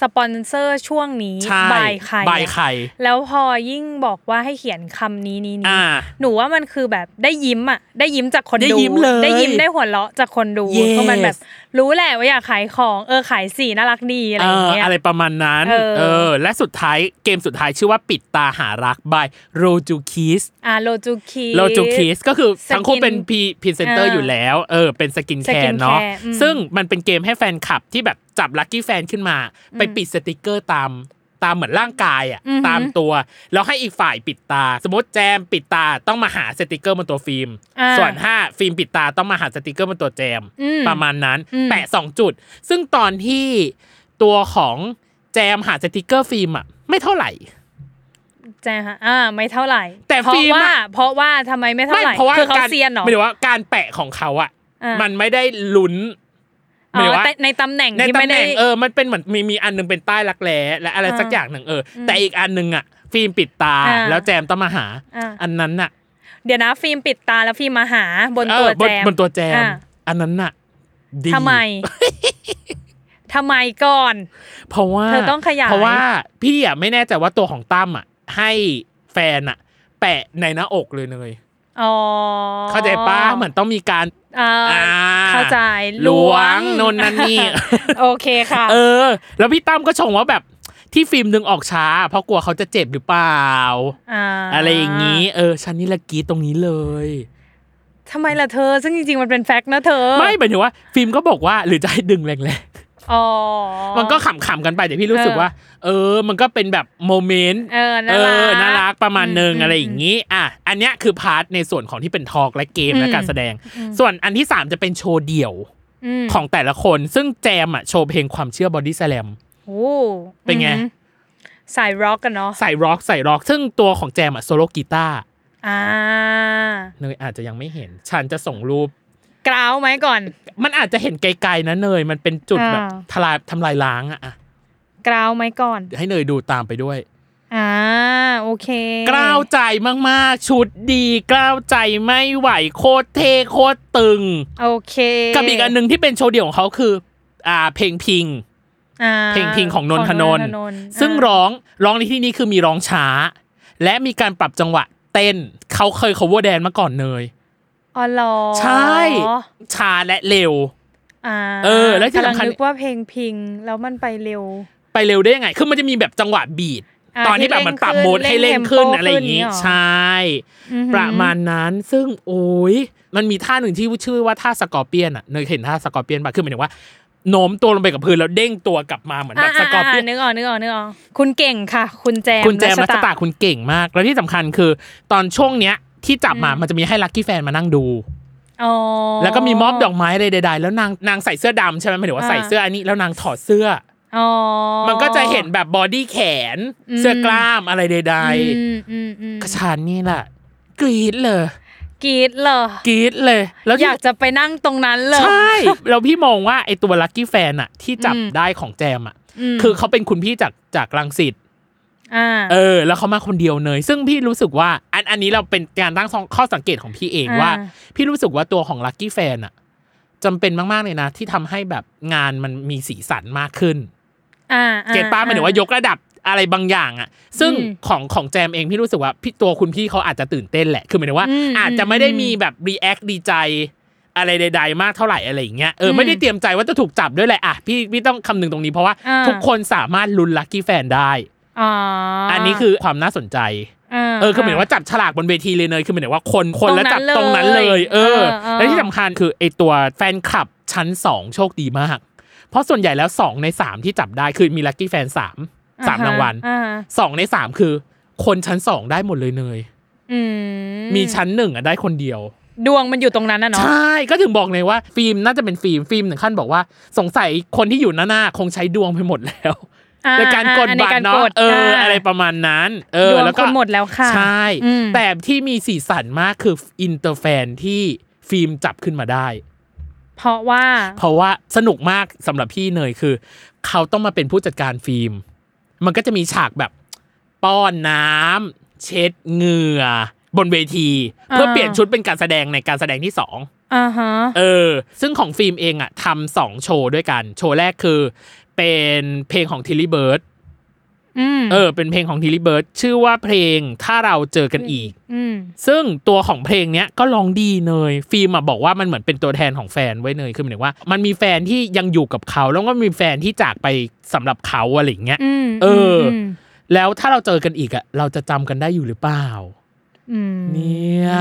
[SPEAKER 4] สปอนเซอร์ช่วงนี้
[SPEAKER 3] ใช่
[SPEAKER 4] บายใคร
[SPEAKER 3] บาย
[SPEAKER 4] อะ
[SPEAKER 3] ใคร
[SPEAKER 4] แล้วพอยิ่งบอกว่าให้เขียนคำนี้นี้นี้
[SPEAKER 3] อ่า
[SPEAKER 4] หนูว่ามันคือแบบได้ยิ้มอ่ะ ได้ยิ้มจากคนดู
[SPEAKER 3] ได้ยิ้มเลย
[SPEAKER 4] ได้ยิ้มได้หัวเราะจากคนดู
[SPEAKER 3] Yes
[SPEAKER 4] เพราะมันแบบรู้แหละว่าอยากขายของเออขายสีน่ารักดีอะไรอย่างเงี้
[SPEAKER 3] เอย ออะไรประมาณนั้น
[SPEAKER 4] เออ
[SPEAKER 3] เออ และสุดท้ายเกมสุดท้ายชื่อว่าปิดตาหารักบายโรจูคิส
[SPEAKER 4] อ่าโลจูคี
[SPEAKER 3] โรจูคิสก็คือ
[SPEAKER 4] สกิน
[SPEAKER 3] ทั้งคู่เป็นพรีพรีเซนเตอร์
[SPEAKER 4] อ่า
[SPEAKER 3] อยู่แล้วเออเป็นสกินแค
[SPEAKER 4] สกินแคร์
[SPEAKER 3] ร์เนาะ
[SPEAKER 4] อืม
[SPEAKER 3] ซึ่งมันเป็นเกมให้แฟนคลับที่แบบจับลัคกี้แฟนขึ้นมา ไปปิดสติกเกอร์ตามตามเหมือนร่างกายอ่ะตามตัวแล้วให้อีกฝ่ายปิดตา สมมติแจมปิดตาต้องมาหาสติกเกอร์บนตัวฟิล์ม
[SPEAKER 4] อ่า
[SPEAKER 3] ส่วนถ้าฟิล์มปิดตาต้องมาหาสติกเกอร์บนตัวแจม
[SPEAKER 4] อืม
[SPEAKER 3] ประมาณนั้น
[SPEAKER 4] อืม
[SPEAKER 3] แปะสองจุด ซึ่งตอนที่ตัวของแจมหาสติกเกอร์ฟิล์มอ่ะไม่เท่าไหร่
[SPEAKER 4] แจงฮะอ่าไม่เท่าไหร่
[SPEAKER 3] แต่
[SPEAKER 4] เพราะ
[SPEAKER 3] ฟิล์ม
[SPEAKER 4] ว่า
[SPEAKER 3] อะ
[SPEAKER 4] เพราะว่าทำไมไม่เท่า
[SPEAKER 3] ไม่
[SPEAKER 4] ไหร่
[SPEAKER 3] เพราะว่า
[SPEAKER 4] คือเขา
[SPEAKER 3] การ
[SPEAKER 4] เซียนเหรอ
[SPEAKER 3] ไม่รู้ว่าการแปะของเขาอ่ะ
[SPEAKER 4] อ่ามั
[SPEAKER 3] มันไม่ได้ลุ้นหมา
[SPEAKER 4] อ๋
[SPEAKER 3] ยถึง
[SPEAKER 4] อ
[SPEAKER 3] ว่า
[SPEAKER 4] แต่ในตำแหน่ง
[SPEAKER 3] ใน
[SPEAKER 4] ที่
[SPEAKER 3] ตำ
[SPEAKER 4] ไม่
[SPEAKER 3] แห
[SPEAKER 4] ได้
[SPEAKER 3] น่งเออมันเป็นเหมือนมีมีอันหนึงเป็นใต้รักแร้และอะไร
[SPEAKER 4] อ่า
[SPEAKER 3] สักอย่างหนึ่งเอออแต่อีกอันหนึงอ่ะ ฟิล์มปิดตา
[SPEAKER 4] อ่า
[SPEAKER 3] แล้วแจมต้องมาหา
[SPEAKER 4] อ่า
[SPEAKER 3] อันนั้นน่ะ
[SPEAKER 4] เดี๋ยวนะฟิล์มปิดตาแล้วฟิล์มมาหาบน
[SPEAKER 3] เอ
[SPEAKER 4] ตัว
[SPEAKER 3] อ
[SPEAKER 4] แจม
[SPEAKER 3] บนตัวแจม
[SPEAKER 4] อ่ะ
[SPEAKER 3] อันนั้นน่ะดี
[SPEAKER 4] ทำไม ทำไมก่อน
[SPEAKER 3] เพราะว่า
[SPEAKER 4] เธอต้องขยาย
[SPEAKER 3] เพราะว่าพี่อ่ะไม่แน่ใจว่าตัวของตั้มอ่ะให้แฟนอ่ะ แปะในหน้าอกเลยเนย
[SPEAKER 4] อ๋อ
[SPEAKER 3] เข้าใจป้าเหมือนต้องมีการ
[SPEAKER 4] อ่า
[SPEAKER 3] อ่า
[SPEAKER 4] เข้าใจ
[SPEAKER 3] หลวงนนนั่นนี่
[SPEAKER 4] โอเคค่ะ
[SPEAKER 3] เออ แล้วพี่ตั้มก็ชงว่าแบบที่ฟิล์มดึงออกช้า เพราะกลัวเขาจะเจ็บหรือเปล่า อะไรอย่าง
[SPEAKER 4] นี้
[SPEAKER 3] นี้ เออฉันนี่ละกรีดตรงนี้เลย
[SPEAKER 4] ทำไมล่ะเธอ ซึ่งจริงๆ มันเป็นแฟกต์นะเธอ
[SPEAKER 3] ไม่หมายถึงว่า ฟิล์มก็บอกว่าหรือจะให้ดึงแรง
[SPEAKER 4] อ๋อ
[SPEAKER 3] ๆมันก็ขำๆกันไปแต่พี่รู้สึก
[SPEAKER 4] เออ
[SPEAKER 3] ว่า เออ มันก็เป็นแบบโมเมนต์
[SPEAKER 4] เออ
[SPEAKER 3] เอ
[SPEAKER 4] น่ารัก
[SPEAKER 3] อน่ารักประมาณหนึ่ง
[SPEAKER 4] อืม
[SPEAKER 3] อะไรอย่างนี้ อ่ะ อันเนี้ยคือพาร์ทในส่วนของที่เป็นทอล์กและเกมและ
[SPEAKER 4] อืม
[SPEAKER 3] การแสดง ส่วนอันที่สามจะเป็นโชว์เดี่ยว
[SPEAKER 4] ม
[SPEAKER 3] ของแต่ละคนซึ่งแจมอ่ะโชว์เพลงความเชื่อบอดี้แสลม
[SPEAKER 4] โอ้
[SPEAKER 3] เป็นไง
[SPEAKER 4] อืมสายร็อกกันเนาะ
[SPEAKER 3] ใส่ร็อกใส่ร็อกซึ่งตัวของแจมอ่ะโซโลกีตาร์
[SPEAKER 4] อ่า
[SPEAKER 3] เนยอาจจะยังไม่เห็น ฉันจะส่งรูป
[SPEAKER 4] กราวไหมก่อน
[SPEAKER 3] มันอาจจะเห็นไกลๆนะเนยมันเป็นจุด
[SPEAKER 4] อ่า
[SPEAKER 3] แบบทลายทำลายล้างอะอ่ะ
[SPEAKER 4] กราวไหมก่อน
[SPEAKER 3] เดี๋ยวให้เนยดูตามไปด้วย
[SPEAKER 4] อ่าโอเค
[SPEAKER 3] กล้าวใจมากๆ ชุดดีกล้าวใจไม่ไหวโคตรเท่โคตรตึง
[SPEAKER 4] โอเค
[SPEAKER 3] กับอีกอันหนึ่งที่เป็นโชว์เดี่ยวของเขาคือ อ่า เพลงพิง
[SPEAKER 4] อ่า
[SPEAKER 3] เพลงพิงของนนทนนท์
[SPEAKER 4] ท์
[SPEAKER 3] ซึ่ง
[SPEAKER 4] อ่า
[SPEAKER 3] ร้องร้องในที่นี้คือมีร้องช้า และมีการปรับจังหวะเต้นเขาเคย cover แดนมาก่อนเนย
[SPEAKER 4] อ๋อเหรอ
[SPEAKER 3] ใช่ ช้าและเร็ว
[SPEAKER 4] อ่า
[SPEAKER 3] เออแล้วที่สำคัญ
[SPEAKER 4] กำลังนึกว่าเพลงพิงแล้วมันไปเร็ว
[SPEAKER 3] ไปเร็วได้ยังไง คือมันจะมีแบบจังหวะบีด
[SPEAKER 4] า
[SPEAKER 3] ตอนที่แบบมันปรับโหมดให้เร่งขึ้นอะไรอย่างนี้
[SPEAKER 4] เร่เทมโปขึ้หร
[SPEAKER 3] ใช่
[SPEAKER 4] อือหือ
[SPEAKER 3] ประมาณนั้นซึ่งโอ้ยมันมีท่าหนึ่งที่ชื่อว่าท่าสกอร์เปียนอ่ะเนยเห็นท่าสกอร์เปียนปะคือหมายถึงว่าโน้มตัวลงไปกับพื้นแล้วเด้งตัวกลับมาเหมือนแบบสกอร์เปียน
[SPEAKER 4] นึกออกนึกออกนึกออกคุณเก่งค่ะ คุณแจม
[SPEAKER 3] คุณแจมรั
[SPEAKER 4] รั
[SPEAKER 3] ชตาคุณเก่งมาก แล้วที่สำคัญคือ ตอนช่วงเนี้ยที่จับมามันจะมีให้ลัคกี้แฟนมานั่งดู
[SPEAKER 4] อ๋อ
[SPEAKER 3] แล้วก็มีมอบดอกไม้อะไรใดๆแล้วนางนางใส่เสื้อดำใช่ไหมหมายถึงว่า
[SPEAKER 4] อ่า
[SPEAKER 3] ใส่เสื้ออันนี้แล้วนางถอดเสื้อ
[SPEAKER 4] อ๋อ
[SPEAKER 3] อมันก็จะเห็นแบบบอดี้แขน
[SPEAKER 4] อืม
[SPEAKER 3] เสื้อกล้ามอะไรใด
[SPEAKER 4] ไป
[SPEAKER 3] ๆกระชานนี่แหละกรีดเลย
[SPEAKER 4] กรีดเหรอก
[SPEAKER 3] รีดเลยแล้ว
[SPEAKER 4] อ
[SPEAKER 3] ที่
[SPEAKER 4] ยากจะไปนั่งตรงนั้นเลย
[SPEAKER 3] ใช่ แล้วพี่มองว่าไอตัวลั c กี้แฟนอะที่จับ
[SPEAKER 4] อืม
[SPEAKER 3] ได้ของแจมอะ
[SPEAKER 4] ม
[SPEAKER 3] คือเขาเป็นคุณพี่จากจากรังสิต
[SPEAKER 4] อ่า
[SPEAKER 3] เออ แล้วเขามาคนเดียวเนยซึ่งพี่รู้สึกว่าอันอันนี้เราเป็นการตั้งข้อสังเกตของพี่เองว่า พี่รู้สึกว่าตัวของลัคกี้แฟนอะจำเป็นมาก ๆ เลยนะ ที่ทำให้แบบงานมันมีสีสันมากขึ้น
[SPEAKER 4] อ่า
[SPEAKER 3] เกตป้าหมายถึงว่าย
[SPEAKER 4] ก
[SPEAKER 3] กระดับอะไรบางอย่างอะซึ่ง
[SPEAKER 4] อืม
[SPEAKER 3] ของของแจมเองพี่รู้สึกว่าพี่ตัวคุณพี่เขาอาจจะตื่นเต้นแหละ คือหมายถึงว่า
[SPEAKER 4] อืม
[SPEAKER 3] อาจจะไม่ได้มีแบบรีแอคดีใจ อะไรใด ๆ มากเท่าไหร่อะไรอย่างเงี้ยเอออ
[SPEAKER 4] ม
[SPEAKER 3] ไม่ได้เตรียมใจว่าจะถูกจับด้วยแหละอ่ะพี่พี่ต้องคำนึงตรงนี้เพราะว่า
[SPEAKER 4] อ่า
[SPEAKER 3] ทุกคนสามารถลุ้นลัคกี้แฟนได้
[SPEAKER 4] อ๋อ
[SPEAKER 3] อั
[SPEAKER 4] อั
[SPEAKER 3] นนี้คือความน่าสนใจ เออคือเหมือนว่าจับฉลากบนเวทีเลยเนยคือเหมือนว่าคนคนแล้วจับตรงนั้นเลย เออ และที่สำคัญคือไอตัวแฟนคลับชั้นสองโชคดีมาก เพราะส่วนใหญ่แล้วสองในสามที่จับได้คือมีลัคกี้แฟนสามสามรางวัลสองในสามคือ คนชั้นสองได้หมดเลยเนย มีชั้นหนึ่งอะได้คนเดียว
[SPEAKER 4] ดวงมันอยู่ตรงนั้นนะเนาะ
[SPEAKER 3] ใช่ก็ถึงบอกเลยว่าฟิล์มน่าจะเป็นฟิล์มฟิล์มถึงขั้นบอกว่าสงสัยคนที่อยู่หน้าหน้าคงใช้ดวงไปหมดแล้ว
[SPEAKER 4] อ่
[SPEAKER 3] ในการกด
[SPEAKER 4] อ่
[SPEAKER 3] บัต
[SPEAKER 4] ใก
[SPEAKER 3] รเนาะ
[SPEAKER 4] กด
[SPEAKER 3] เอออะไรประมาณนั้น เออ
[SPEAKER 4] ดวง
[SPEAKER 3] แล้ว
[SPEAKER 4] ค
[SPEAKER 3] ก็
[SPEAKER 4] นหมดแล้วค่ะ
[SPEAKER 3] ใช่
[SPEAKER 4] อืม
[SPEAKER 3] แต่ที่มีสีสันมากคืออินเตอร์แฟนที่ฟิล์มจับขึ้นมาได้
[SPEAKER 4] เพราะว่า
[SPEAKER 3] เพราะว่าสนุกมากสำหรับพี่เนยคือ เขาต้องมาเป็นผู้จัดการฟิล์ม มันก็จะมีฉากแบบป้อนน้ำเช็ดเหงื่อบนเวที เพื่อ
[SPEAKER 4] อ่า
[SPEAKER 3] เปลี่ยนชุดเป็นการแสดงในการแสดงที่สอง
[SPEAKER 4] อ่าฮะ
[SPEAKER 3] เออ ซึ่งของฟิล์มเองอ่ะทำสองโชว์ด้วยกัน โชว์แรกคือ เป็นเพลงของทิลลี่เบิร์ด
[SPEAKER 4] อืม
[SPEAKER 3] เออ เป็นเพลงของทิลลี่เบิร์ดชื่อว่าเพลงถ้าเราเจอกันอีก
[SPEAKER 4] อืม
[SPEAKER 3] ซึ่งตัวของเพลงเนี้ยก็ร้องดีเนยฟิล์มอะบอกว่ามันเหมือนเป็นตัวแทนของแฟนไว้เนยคือหมายถึงว่า มันมีแฟนที่ยังอยู่กับเขา แล้วก็มีแฟนที่จากไปสำหรับเขาอะไรอย่างเงี้ย
[SPEAKER 4] อืม
[SPEAKER 3] เอออื
[SPEAKER 4] ม
[SPEAKER 3] แล้วถ้าเราเจอกันอีกอะเราจะจำกันได้อยู่หรือเปล่า
[SPEAKER 4] อืม
[SPEAKER 3] เนี่ย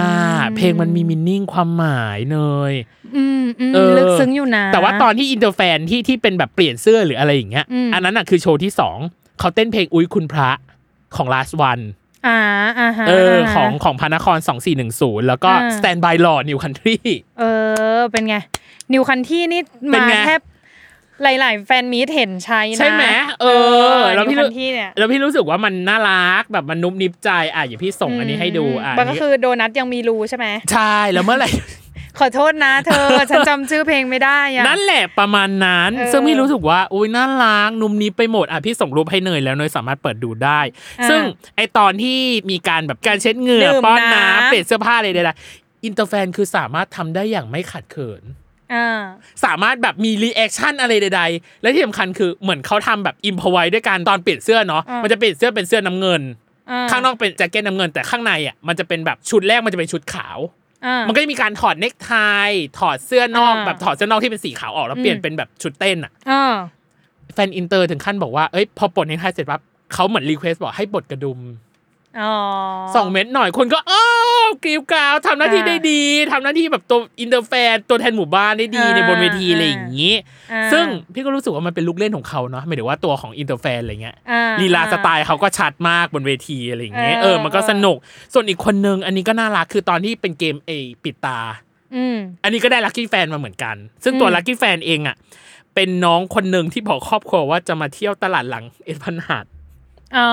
[SPEAKER 3] เพลงมันมีมินนิ่งความหมายเนย
[SPEAKER 4] อืมอืม
[SPEAKER 3] เออ
[SPEAKER 4] ลึกซึ้งอยู่นะ
[SPEAKER 3] แต่ว่าตอนที่อินเตอร์แฟนที่ที่เป็นแบบเปลี่ยนเสื้อหรืออะไรอย่างเงี้ย
[SPEAKER 4] อืม
[SPEAKER 3] อันนั้นอะคือโชว์ที่สองเขาเต้นเพลงอุ้ยคุณพระของ last one
[SPEAKER 4] อ่าอ่าฮะ
[SPEAKER 3] เออ
[SPEAKER 4] าฮะ
[SPEAKER 3] ของของพระนคร2410 แล้วก็
[SPEAKER 4] อ่า
[SPEAKER 3] stand by law new country
[SPEAKER 4] เออ เป็นไง นิวคันที่นี่
[SPEAKER 3] เป็
[SPEAKER 4] มาน
[SPEAKER 3] ไง
[SPEAKER 4] แทบหลาย ๆ แฟนมีตเห็นใช้นะ
[SPEAKER 3] ใช่ไหมเออแล้
[SPEAKER 4] แล้ว ว
[SPEAKER 3] พี่
[SPEAKER 4] พี่คันที่เนี่ย
[SPEAKER 3] แล้วพี่รู้สึกว่ามันน่ารักแบบมันนุ่มนิบใจอ่ะอย่าพี่ส่งอันนี้ให้ดูอ่ะ
[SPEAKER 4] มันก็คือโดนัทยังมีรูใช่ไหม
[SPEAKER 3] ใช่แล้วเมื่อไหร่
[SPEAKER 4] ขอโทษนะเธอ ฉันจำชื่อเพลงไม่ได้อะ
[SPEAKER 3] นั่นแหละประมาณนั้น
[SPEAKER 4] เออ
[SPEAKER 3] ซึ่งพี่รู้สึกว่าอุ้ยน่ารักนุ่มนิบไปหมดอ่ะพี่ส่งรูปให้เนยแล้วเนยสามารถเปิดดูได้
[SPEAKER 4] อ่า
[SPEAKER 3] ซึ่งไอตอนที่มีการแบบการเช็ดเหงื่อ
[SPEAKER 4] ดื่ม
[SPEAKER 3] ป้อนน้ำ
[SPEAKER 4] น้ำ
[SPEAKER 3] เปลี่ยนเสื้อผ้าอะไรใดๆอินเตอร์แฟนคือสามารถทำได้อย่างไม่ขัดเขิน
[SPEAKER 4] อ่า
[SPEAKER 3] สามารถแบบมีรีแอคชั่นอะไรใด ๆ และที่สำคัญคือเหมือนเขาทำแบบอิมพอไว้ด้วยการตอนเปลี่ยนเสื้อเนาะ
[SPEAKER 4] อ่ามั
[SPEAKER 3] มันจะเปลี่ยนเสื้อเป็นเสื้อน้ำเงิน
[SPEAKER 4] อ่า
[SPEAKER 3] ข้างนอกเป็นแจ็คเก็ตน้ำเงินแต่ข้างในอ่ะมันจะเป็นแบบชุดแรกมันจะเป็นชุดขาว
[SPEAKER 4] อ่า
[SPEAKER 3] มันก็จะมีการถอดเนคไทถอดเสื้อนอก
[SPEAKER 4] อ่า
[SPEAKER 3] แบบถอดเสื้อนอกที่เป็นสีขาวออกแล้วเปลี่ยนเป็นแบบชุดเต้นอ่ะ
[SPEAKER 4] อ่า
[SPEAKER 3] แฟนอินเตอร์ถึงขั้นบอกว่าเอ้ยพอปลดเนคไทเสร็จปั๊บเขาเหมือนรีเควสบอกให้ปลดกระดุม
[SPEAKER 4] อ๋อ
[SPEAKER 3] สองเม็ดหน่อยคนก็อ้าวกรีวกราวทำหน้าที่
[SPEAKER 4] อ่า
[SPEAKER 3] ได้ดีทำหน้าที่แบบตัวอินเตอร์แฟนตัวแทนหมู่บ้านได้ดี
[SPEAKER 4] อ่า
[SPEAKER 3] ในบนเวทีอะไรอย่างนี้
[SPEAKER 4] อ่า
[SPEAKER 3] ซึ่งพี่ก็รู้สึกว่ามันเป็นลูกเล่นของเขาเนาะหมายถึงว่าตัวของอินเตอร์แฟนอะไรเงี้ย
[SPEAKER 4] อ่
[SPEAKER 3] ลีลา
[SPEAKER 4] อ่
[SPEAKER 3] สไตล์เขาก็ชัดมากบนเวทีอะไรอย่างเงี้ย
[SPEAKER 4] เออ
[SPEAKER 3] เออมันก็
[SPEAKER 4] เออ
[SPEAKER 3] สนุก ส่วนอีกคนนึงอันนี้ก็น่ารักคือตอนที่เป็นเกมเอปิดตา
[SPEAKER 4] อืม
[SPEAKER 3] อันนี้ก็ได้ลัคกี้แฟนมาเหมือนกัน ซึ่งตัว
[SPEAKER 4] อืม
[SPEAKER 3] ลัคกี้แฟนเองอ่ะเป็นน้องคนหนึ่งที่บอกครอบครัวว่าจะมาเที่ยวตลาดหลังเอ็ดพันหาด
[SPEAKER 4] อ๋อ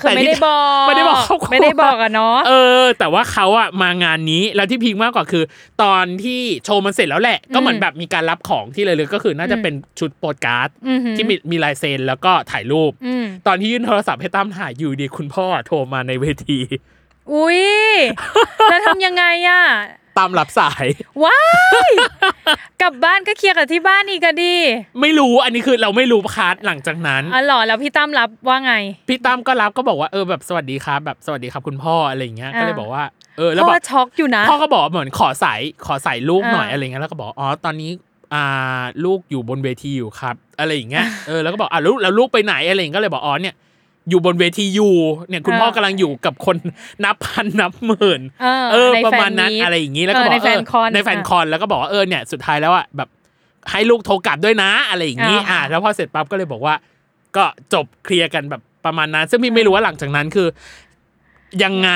[SPEAKER 4] คือ
[SPEAKER 3] แต่
[SPEAKER 4] ไม่
[SPEAKER 3] ที่
[SPEAKER 4] ได้บอก
[SPEAKER 3] ไม่ได้บอกครอบครัว
[SPEAKER 4] ไม่ได้บอกอะเนาะ
[SPEAKER 3] เออ แต่ว่าเขาอะมางานนี้แล้วที่พีคมากกว่าคือ ตอนที่โชว์มันเสร็จแล้วแหละ ก็เหมือนแบบมีการรับของที่เลยเลยก็คือน่าจะเป็นชุดโปสการ์ด
[SPEAKER 4] อือหือ
[SPEAKER 3] ที่มีมีลายเซ็นแล้วก็ถ่ายรูป
[SPEAKER 4] อืม
[SPEAKER 3] ตอนที่ยื่นโทรศัพท์ให้ตั้มถ่ายอยู่ดีคุณพ่อโทรมาในเวที
[SPEAKER 4] อุ้ยแล้วทำยังไงอะ
[SPEAKER 3] ตามรับสาย
[SPEAKER 4] ว้ายกลับบ้านก็เคลียร์กับที่บ้านอีกก็ดี
[SPEAKER 3] ไม่รู้อันนี้คือเราไม่รู้พาร์ทหลังจากนั้น
[SPEAKER 4] อ๋อเหรอแล้วพี่ตั้มรับว่าไง
[SPEAKER 3] พี่ตั้มก็รับก็บอกว่าเออแบบสวัสดีครับแบบสวัสดีครับคุณพ่ออะไรอย่างเงี้ย
[SPEAKER 4] อ่า
[SPEAKER 3] ก็เลยบอกว่าเออแล้ว
[SPEAKER 4] พ่
[SPEAKER 3] บ
[SPEAKER 4] อ
[SPEAKER 3] อก
[SPEAKER 4] ช็อกอยู่นะ
[SPEAKER 3] พ่อก็บอกเหมือนขอสายขอสายลูกหน่อย
[SPEAKER 4] อ่า
[SPEAKER 3] อะไรเงี้ยแล้วก็บอกอ๋อตอนนี้อ่าลูกอยู่บนเวทีอยู่ครับอะไรอย่างเงี้ยเออแล้วก็บอกอ่ะลูกแล้วลูกไปไหนอะไรอย่างเงี้ยก็เลยบอกอ๋อเนี่ยอยู่บนเวทีอยู่เนี่ยคุณ
[SPEAKER 4] อ่า
[SPEAKER 3] พ่อกำลังอยู่กับคน นับพันนับหมื่น
[SPEAKER 4] เออ
[SPEAKER 3] เออ
[SPEAKER 4] ใน
[SPEAKER 3] ประ
[SPEAKER 4] แฟ
[SPEAKER 3] มาณนั้น
[SPEAKER 4] มีต
[SPEAKER 3] อะไรอย่างงี้แล้วก็บอก
[SPEAKER 4] เในแฟน
[SPEAKER 3] เออ
[SPEAKER 4] คอน
[SPEAKER 3] ในแฟนคอนแล้วก็บอกว่าเออเนี่ยสุดท้ายแล้วอ่ะแบบให้ลูกโทรกลับด้วยนะอะไรอย่างงี้
[SPEAKER 4] อ่า
[SPEAKER 3] อ่ะแล้วพอเสร็จปั๊บก็เลยบอกว่า ก็จบเคลียร์กันแบบประมาณนั้น ซึ่งพี่ไม่รู้ว่าหลังจากนั้นคือ ยังไง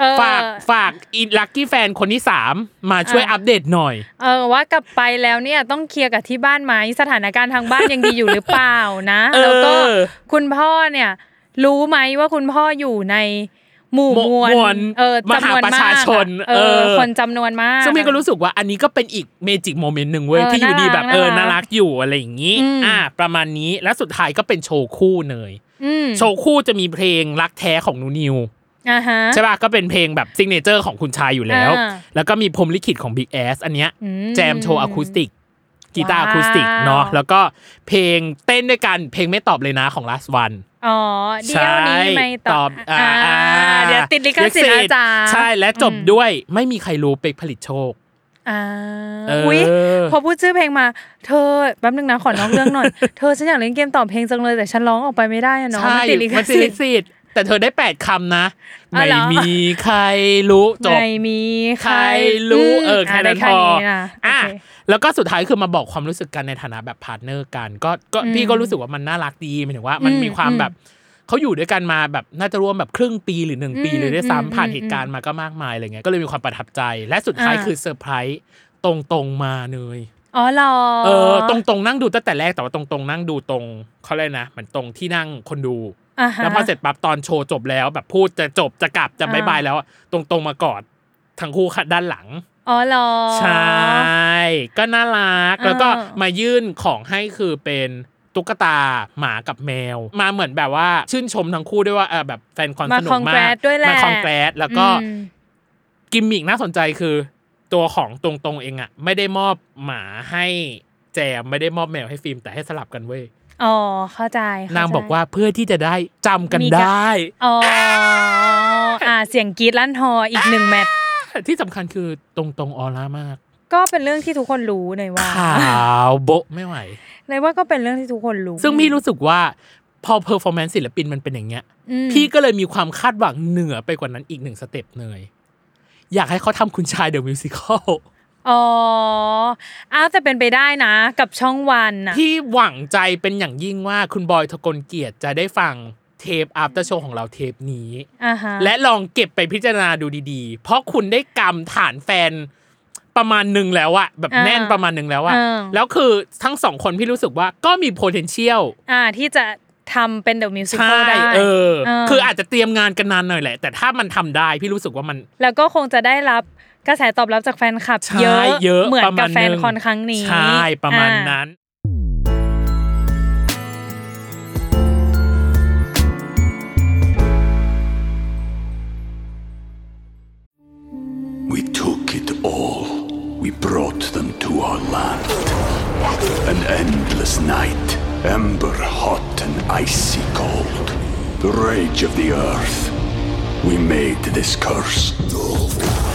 [SPEAKER 4] เออ
[SPEAKER 3] ฝากฝากอีลักกี้แฟนคนที่สามมาช่วยอัปเดตหน่อย
[SPEAKER 4] เออว่ากลับไปแล้วเนี่ยต้องเคลียร์กับที่บ้านไหมสถานการณ์ทางบ้านยังดีอยู่หรือเปล่านะ
[SPEAKER 3] เออ
[SPEAKER 4] แล้วก็คุณพ่อเนี่ย รู้ไหมว่าคุณพ่ออยู่ในหมู่
[SPEAKER 3] หมู่
[SPEAKER 4] มวล
[SPEAKER 3] มวล
[SPEAKER 4] เออ
[SPEAKER 3] มหา
[SPEAKER 4] จำนวน
[SPEAKER 3] ประ
[SPEAKER 4] มาก
[SPEAKER 3] ชาชน
[SPEAKER 4] อะเออ
[SPEAKER 3] เออ
[SPEAKER 4] คนจำนวนมาก
[SPEAKER 3] ซึ่งพี่ก็รู้สึกว่าอันนี้ก็เป็นอีกเมจิกโมเมนต์หนึ่งเว้ย
[SPEAKER 4] เออ
[SPEAKER 3] ที่อยู่ดี
[SPEAKER 4] น่ารัก
[SPEAKER 3] แบบเออ
[SPEAKER 4] น่ารัก
[SPEAKER 3] น่ารักอยู่อะไรอย่างนี้
[SPEAKER 4] อืม
[SPEAKER 3] อ่า ประมาณนี้และสุดท้ายก็เป็นโชว์คู่เนย
[SPEAKER 4] อืม
[SPEAKER 3] โชว์คู่จะมีเพลงรักแท้ของนูนิว
[SPEAKER 4] อ่าฮะ
[SPEAKER 3] ใช่ป่ะก็เป็นเพลงแบบซิงเนเจอร์ของคุณชายอยู่แล้ว
[SPEAKER 4] อ่า
[SPEAKER 3] แล้วก็มีพรหมลิขิตของ Big Ass อันเนี้ย
[SPEAKER 4] อืม
[SPEAKER 3] แจมโชว์อะคูสติกกีตาร์อะคูสติก
[SPEAKER 4] ว้าว
[SPEAKER 3] เนาะแล้วก็เพลงเต้นด้วยกันเพลงไม่ตอบเลยนะของ last one
[SPEAKER 4] อ๋อเดี๋ยวนี้ไม่ตอบ
[SPEAKER 3] า
[SPEAKER 4] อ่า
[SPEAKER 3] อ่า
[SPEAKER 4] เดี๋ยวติดลิขสิทธิ์
[SPEAKER 3] ลิ
[SPEAKER 4] อาจารย์
[SPEAKER 3] ใช่และจบด้วยไม่มีใครรู้เป็กผลิตโชค
[SPEAKER 4] อ่า
[SPEAKER 3] เอออุ๊
[SPEAKER 4] อุ้ยพอพูดชื่อเพลงมา เธอแป๊บนึงนะขอนอกเรื่องหน่อย เธอฉันอยากเล่นเกมตอบเพลงจังเลยแต่ฉันร้องออกไปไม่ได้อะเนาะมันติดลิข
[SPEAKER 3] มันติด
[SPEAKER 4] สิ
[SPEAKER 3] ลิ
[SPEAKER 4] ท
[SPEAKER 3] ข
[SPEAKER 4] ธิ์
[SPEAKER 3] สิทธิ์แต่เธอได้ 8คำนะ
[SPEAKER 4] อ๋อ
[SPEAKER 3] ไม่
[SPEAKER 4] เหรอ
[SPEAKER 3] มีใครรู้จบ
[SPEAKER 4] ไม่มี
[SPEAKER 3] ใครรู้
[SPEAKER 4] ม
[SPEAKER 3] เออแค่นั้น
[SPEAKER 4] ได้
[SPEAKER 3] พอ
[SPEAKER 4] นะ
[SPEAKER 3] อ่ะ
[SPEAKER 4] โเค
[SPEAKER 3] แล้วก็สุดท้ายคือมาบอกความรู้สึกกันในฐานะแบบพาร์ทเนอร์กัน ก็ก็พี่ก็รู้สึกว่ามันน่ารักดีหมายถึงว่ามัน
[SPEAKER 4] อืม
[SPEAKER 3] มีความ
[SPEAKER 4] อืม
[SPEAKER 3] แบบเขาอยู่ด้วยกันมาแบบน่าจะร่วมแบบครึ่งปีหรือหนึ่งปี
[SPEAKER 4] อืม
[SPEAKER 3] เลยด้วย
[SPEAKER 4] อืม
[SPEAKER 3] ซ้ำผ่านเห
[SPEAKER 4] อื
[SPEAKER 3] ตุ
[SPEAKER 4] ม
[SPEAKER 3] การณ์มาก็มากมายอะไรเงี้ยก็เลยมีความประทับใจ และสุดท้าย
[SPEAKER 4] อ่า
[SPEAKER 3] คือเซอร์ไพรส์ตรงตรงๆมาเลย
[SPEAKER 4] อ๋อเหรอ
[SPEAKER 3] เออตรงตรงๆนั่งดูตั้งแต่แรกแต่ว่าตรงตรงๆนั่งดูตรงเขาเลยกนะเหมือนตรงที่นั่งคนดู
[SPEAKER 4] อ่าฮะ
[SPEAKER 3] แล้วพอเสร็จปั๊บตอนโชว์จบแล้ว แบบพูดจะจบจะกลับจะบายบาย
[SPEAKER 4] อ่า
[SPEAKER 3] แล้วอะตรงตรงๆมากอดทั้งคู่ค่ะด้านหลัง
[SPEAKER 4] อ๋อเหรอ
[SPEAKER 3] ใช่ ก็น่ารัก
[SPEAKER 4] เออ
[SPEAKER 3] แล้วก็มายื่นของให้คือเป็นตุ๊กตาหมากับแมว มาเหมือนแบบว่าชื่นชมทั้งคู่ด้วยว่าเออแบบแฟนคอน
[SPEAKER 4] มา
[SPEAKER 3] สนุ
[SPEAKER 4] คอก ง
[SPEAKER 3] มา
[SPEAKER 4] แกร
[SPEAKER 3] ก
[SPEAKER 4] ดด้วยแหละ
[SPEAKER 3] มาคอนแกรดแล้วก็
[SPEAKER 4] อืม
[SPEAKER 3] กิมมิกน่าสนใจคือตัวของตรงตรงๆเองอะไม่ได้มอบหมาให้แจมไม่ได้มอบแมวให้ฟิล์มแต่ให้สลับกันเว้ย
[SPEAKER 4] อ๋อเข้าใจเข้ใจ
[SPEAKER 3] นางบอกว่าเพื่อที่จะได้จำกัน
[SPEAKER 4] มี
[SPEAKER 3] ได้
[SPEAKER 4] อ๋ออ่าเสียงกรีดลั่นฮออีกหนึ่งแมตช์
[SPEAKER 3] ที่สำคัญคือตรงตรงๆออร่ามาก
[SPEAKER 4] ก็เป็นเรื่องที่ทุกคนรู้ในอยว่า
[SPEAKER 3] ขาวโบะไม่ไหว
[SPEAKER 4] ในอยว่าก็เป็นเรื่องที่ทุกคนรู้
[SPEAKER 3] ซึ่งพี่รู้สึกว่าพอเพอร์ฟอร์แมนซ์ศิลปินมันเป็นอย่างเงี้ย
[SPEAKER 4] อืม
[SPEAKER 3] พี่ก็เลยมีความคาดหวังเหนือไปกว่านั้นอีกหนึ่งสเต็ปเลย อยากให้เขาทำคุณชายเดอะมิวสิคล
[SPEAKER 4] อ๋ออ้าวแต่เป็นไปได้นะ กับช่องวันน่ะ
[SPEAKER 3] พี่หวังใจเป็นอย่างยิ่งว่าคุณบอยทกลเกียรติจะได้ฟังเทปอั t เตอร์โชว์ของเราเทปนี้
[SPEAKER 4] อ่าฮะ
[SPEAKER 3] และลองเก็บไปพิจารณาดูดีๆ เพราะคุณได้กำฐานแฟนประมาณหนึ่งแล้วอะแบบแน่นประมาณหนึ่งแล้วอะแล้วคือทั้งสองคนพี่รู้สึกว่าก็มี potential
[SPEAKER 4] อ่าที่จะทำเป็นเดอะมิวสิค
[SPEAKER 3] ใช่
[SPEAKER 4] ได้
[SPEAKER 3] เออ
[SPEAKER 4] เออ
[SPEAKER 3] คืออาจจะเตรียมงานกันนานหน่อยแหละ แต่ถ้ามันทำได้พี่รู้สึกว่ามัน
[SPEAKER 4] แล้วก็คงจะได้รับกระแสตอบรับจากแฟนคลับ
[SPEAKER 3] ใช่
[SPEAKER 4] เยอะ
[SPEAKER 3] เยอะ
[SPEAKER 4] เหมือน
[SPEAKER 3] ประ
[SPEAKER 4] กั
[SPEAKER 3] มา
[SPEAKER 4] บ
[SPEAKER 3] ณ
[SPEAKER 4] แฟน
[SPEAKER 3] หง
[SPEAKER 4] คอนครั้งนี้
[SPEAKER 3] ใช่ประมาณ
[SPEAKER 4] อ่
[SPEAKER 3] นั้น
[SPEAKER 5] We took it all. We brought them to our land. An endless night, ember hot and icy cold. the rage of the earth. We made this curse.